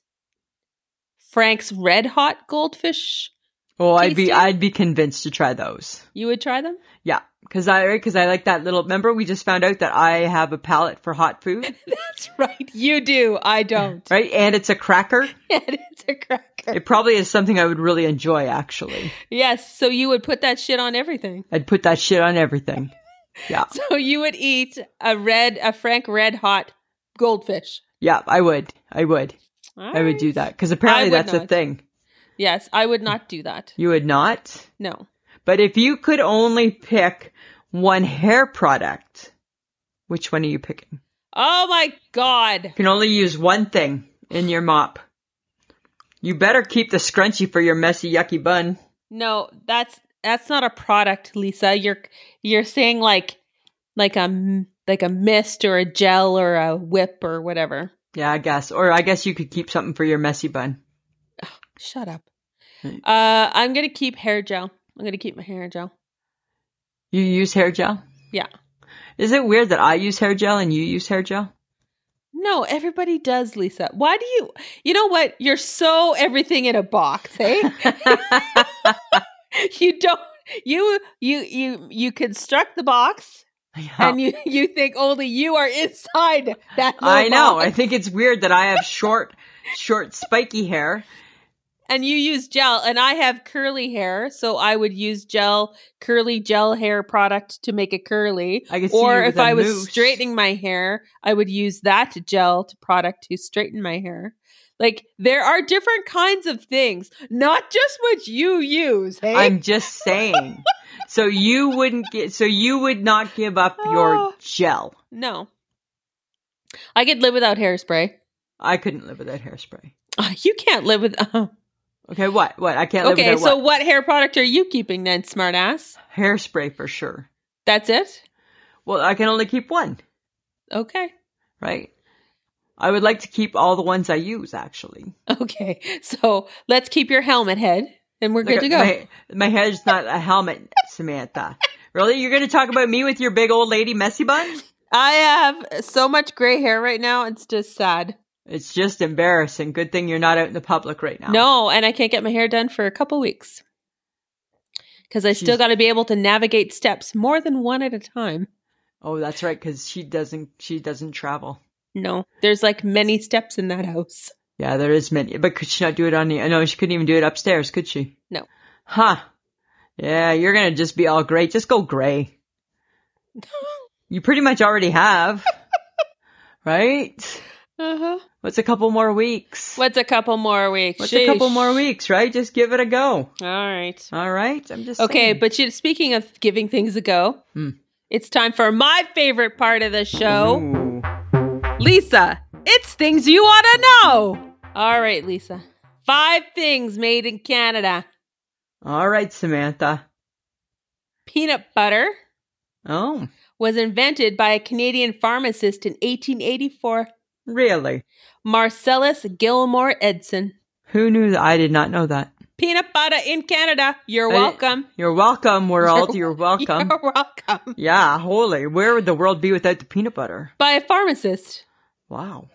Frank's Red Hot goldfish, Well, I'd be Tasty? I'd be convinced to try those. you would try them. Yeah, Cause I, cause I like that little, remember we just found out that I have a palate for hot food, That's right. You do. I don't. right? And it's a cracker. And it's a cracker. It probably is something I would really enjoy actually. Yes. So you would put that shit on everything. I'd put that shit on everything. Yeah. So you would eat a red, a Frank Red Hot goldfish. Yeah. I would. I would. I would do that. Cause apparently would that's a not. thing. Yes, I would not do that. You would not. No. But if you could only pick one hair product, which one are you picking? You Oh my god. can only use one thing in your mop. You better keep the scrunchie for your messy, yucky bun. No, that's that's not a product, Lisa. You're you're saying like like a m- like a mist or a gel or a whip or whatever. Yeah, I guess. Or I guess you could keep something for your messy bun. Shut up. Uh I'm going to keep hair gel. I'm going to keep my hair gel. You use hair gel? Yeah. Is it weird that I use hair gel and you use hair gel? No, everybody does, Lisa. Why do you You know what? You're so everything in a box, eh? you don't you you you you construct the box and you you think only you are inside that little I know. I box. think it's weird that I have short, short, spiky hair. and you use gel and i have curly hair so i would use gel curly gel hair product to make it curly I can see or you with if a i was mousse. straightening my hair i would use that gel to product to straighten my hair like there are different kinds of things not just what you use hey I'm just saying. so you wouldn't get. So you would not give up your Oh. gel. no i could live without hairspray I couldn't live without hairspray. Ah, you can't live with Okay, what? What? I can't live okay without so what? what hair product are you keeping then smartass Hairspray for sure. that's it Well, I can only keep one, okay right? I would like to keep all the ones I use actually. Okay, so let's keep your helmet head, and we're good to go. My, my hair's not a helmet, Samantha. Really? You're going to talk about me with your big old lady messy bun? I have so much gray hair right now; it's just sad. It's just embarrassing. Good thing you're not out in the public right now. No, and I can't get my hair done for a couple weeks because I still Jeez. got to be able to navigate steps more than one at a time. Oh, that's right cuz she doesn't she doesn't travel. No, there's like many steps in that house. Yeah, there is many. But could she not do it on the? No, she couldn't even do it upstairs, could she? No. Huh. Yeah, you're gonna just be all gray. Just go gray. you pretty much already have, right? Uh huh. What's a couple more weeks? What's a couple more weeks? Uh-huh. What's a couple Sheesh. more weeks, right? Just give it a go. All right. All right. I'm just Okay, saying. but you, speaking of giving things a go, Hmm. it's time for my favorite part of the show. Ooh. Lisa, it's things you want to know. All right, Lisa. Five things made in Canada All right, Samantha. peanut butter Oh, was invented by a Canadian pharmacist in 1884, really? Marcellus Gilmore Edson. Who knew? That? I did not know that. Peanut butter in Canada. You're I- welcome. You're welcome, world. You're welcome. You're welcome. Yeah, holy. Where would the world be without the peanut butter? By a pharmacist. Wow.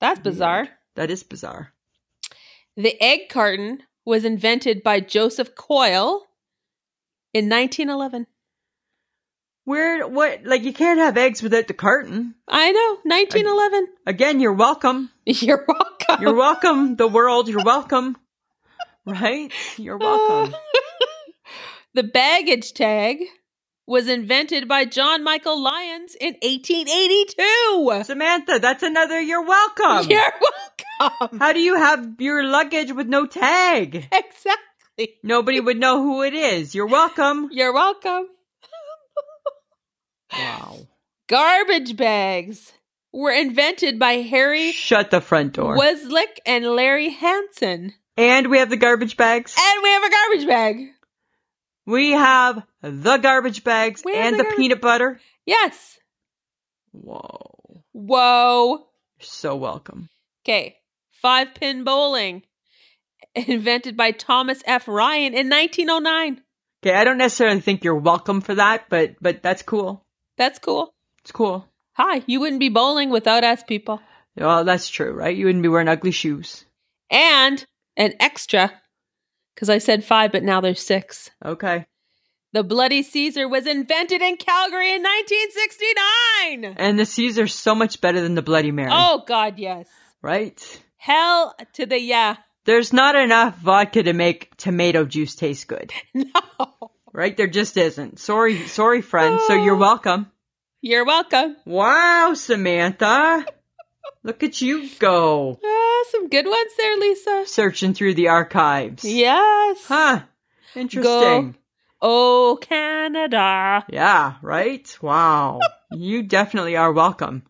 That's bizarre. That is bizarre. The egg carton was invented by Joseph Coyle in 1911. Where, what, like you can't have eggs without the carton. I know, 1911. Again, you're welcome. You're welcome. You're welcome, the world. You're welcome. Right? You're welcome. the baggage tag was invented by John Michael Lyons in 1882. Samantha, that's another you're welcome. You're welcome. How do you have your luggage with no tag? Exactly. Nobody would know who it is. You're welcome. You're welcome. Wow. Garbage bags were invented by Harry Shut the front door. Weslick and Larry Hansen. And we have the garbage bags. And we have a garbage bag. We have the garbage bags We have and the the, garbage- peanut butter. Yes. Whoa. Whoa. You're so welcome. Okay. Five pin bowling. Invented by Thomas F. Ryan in 1909. Okay, I don't necessarily think you're welcome for that, but but that's cool. That's cool. It's cool. Hi, you wouldn't be bowling without us people. Well, that's true, right? You wouldn't be wearing ugly shoes. And an extra, because I said five, but now there's six. Okay. The Bloody Caesar was invented in Calgary in 1969. And the Caesar's so much better than the Bloody Mary. Oh, God, yes. Right? Hell to the yeah. There's not enough vodka to make tomato juice taste good. No. Right? There just isn't. Sorry, sorry, friend. So you're welcome. You're welcome. Wow, Samantha. Look at you go. Ah, some good ones there, Lisa. Searching through the archives. Yes. Huh. Interesting. Oh, Canada. Yeah, right? Wow. you definitely are welcome.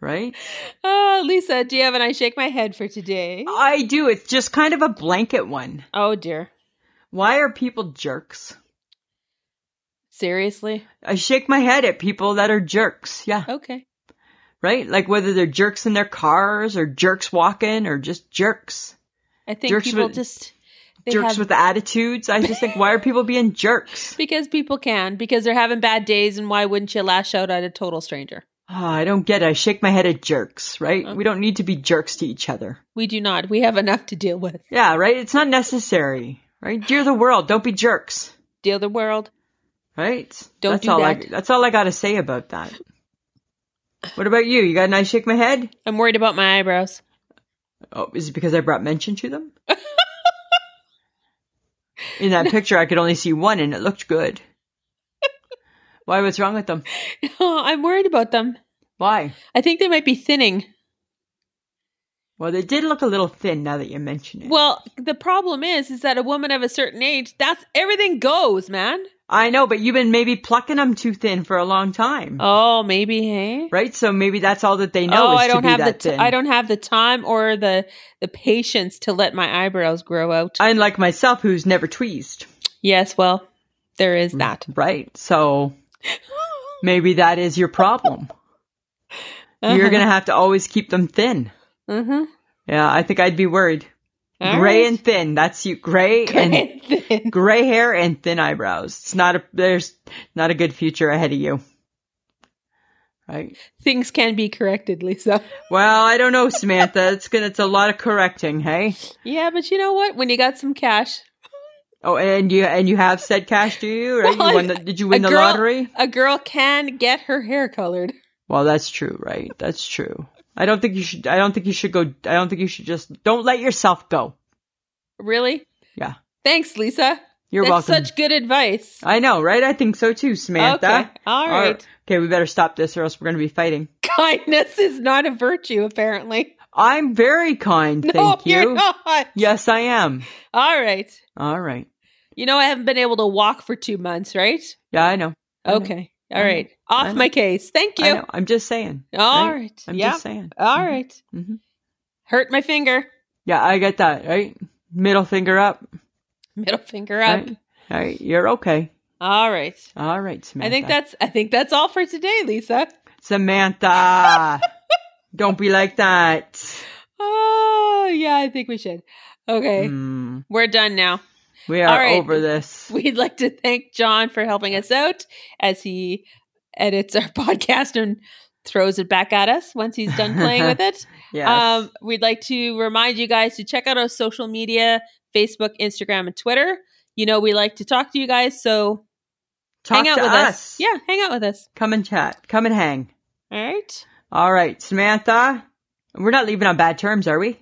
Right? Oh, Lisa, do you have an I shake my head for today? I do. It's just kind of a blanket one. Oh, dear. Why are people jerks? Seriously? I shake my head at people that are jerks. Yeah. Okay. Right? Like whether they're jerks in their cars or jerks walking or just jerks. I think Jerks people with- just. They jerks have, with attitudes. I just think, why are people being jerks? Because people can, because they're having bad days, and why wouldn't you lash out at a total stranger? Oh, I don't get it. I shake my head at jerks, right? Uh-huh. We don't need to be jerks to each other. We do not. We have enough to deal with. Yeah, right? It's not necessary, right? Dear the world, don't be jerks, Deal the world. right? Don't that's do all I, that. that's all I got to say about that. What about you? You got a nice shake my head? I'm worried about my eyebrows. Oh, is it because I brought mention to them? In that picture, I could only see one and it looked good. Why? What's wrong with them? Oh, I'm worried about them. Why? I think they might be thinning. Well, they did look a little thin now that you mention it. Well, the problem is, is that a woman of a certain age, that's everything goes, man. I know, but you've been maybe plucking them too thin for a long time, Oh, maybe, hey. right? So maybe that's all that they know oh, is I to don't be have the that t- thin. I don't have the time or the the patience to let my eyebrows grow out. Unlike myself, who's never tweezed, yes, well, there Mm. is that. right? So maybe that is your problem. Uh-huh. You're gonna have to always keep them thin. Mhm. Yeah, I think I'd be worried. All gray right. and thin. That's you. Gray, and Thin. gray hair and thin eyebrows. It's not a there's not a good future ahead of you. Right. Things can be corrected, Lisa. Well, I don't know, Samantha. It's gonna it's a lot of correcting, hey? Yeah, but you know what? When you got some cash, Oh, and you and you have said cash, do you? Right? Well, you won the, I- did you win a the girl- lottery? A girl can get her hair colored. Well, that's true, right? That's true. I don't think you should. I don't think you should go. I don't think you should just. Don't let yourself go. Really? Yeah, Thanks, Lisa. you're That's welcome. such good advice. I know, right? I think so too, Samantha. Okay, all Ar- right. Okay, we better stop this, or else we're going to be fighting. Kindness is not a virtue, apparently. I'm very kind, no, thank you. are not. Yes, I am. All right. All right. You know, I haven't been able to walk for two months, right? Yeah, I know. know. Okay. All know. right. Off know. my case. Thank I you. know. I'm just saying. All right? right. I'm Yeah. just saying. All right. Mhm. Hurt my finger. Yeah, I get that. Right. Middle finger up. Middle finger up. Right. All right. You're okay. All right. All right, Samantha. I think that's I think that's all for today, Lisa. Samantha. don't be like that. Oh yeah, I think we should. Okay. Hmm. We're done now. We are All right. over this. We'd like to thank John for helping us out as he edits our podcast and throws it back at us once he's done playing with it. Yes. Um, we'd like to remind you guys to check out our social media Facebook, Instagram, and Twitter. You know, we like to talk to you guys, so Talk hang out to with us. us. Yeah, hang out with us. Come and chat. Come and hang. All right. All right, Samantha. We're not leaving on bad terms, are we?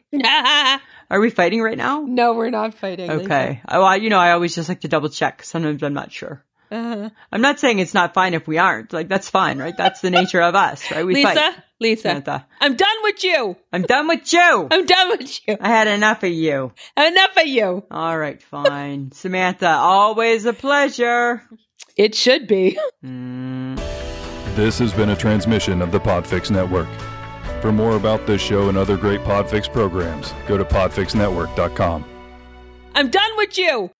Are we fighting right now? no, we're not fighting. Lisa. Okay. Oh, I- Well, you know, I always just like to double check. Sometimes I'm not sure. Uh-huh. I'm not saying it's not fine if we aren't. Like that's fine, right? That's the nature of us, right? We Lisa, fight. Lisa, Samantha. I'm done with you. I'm done with you. I'm done with you. I had enough of you. Enough of you. All right, fine. Samantha, always a pleasure. It should be. This has been a transmission of the Podfix Network. For more about this show and other great Podfix programs, go to podfixnetwork.com. I'm done with you.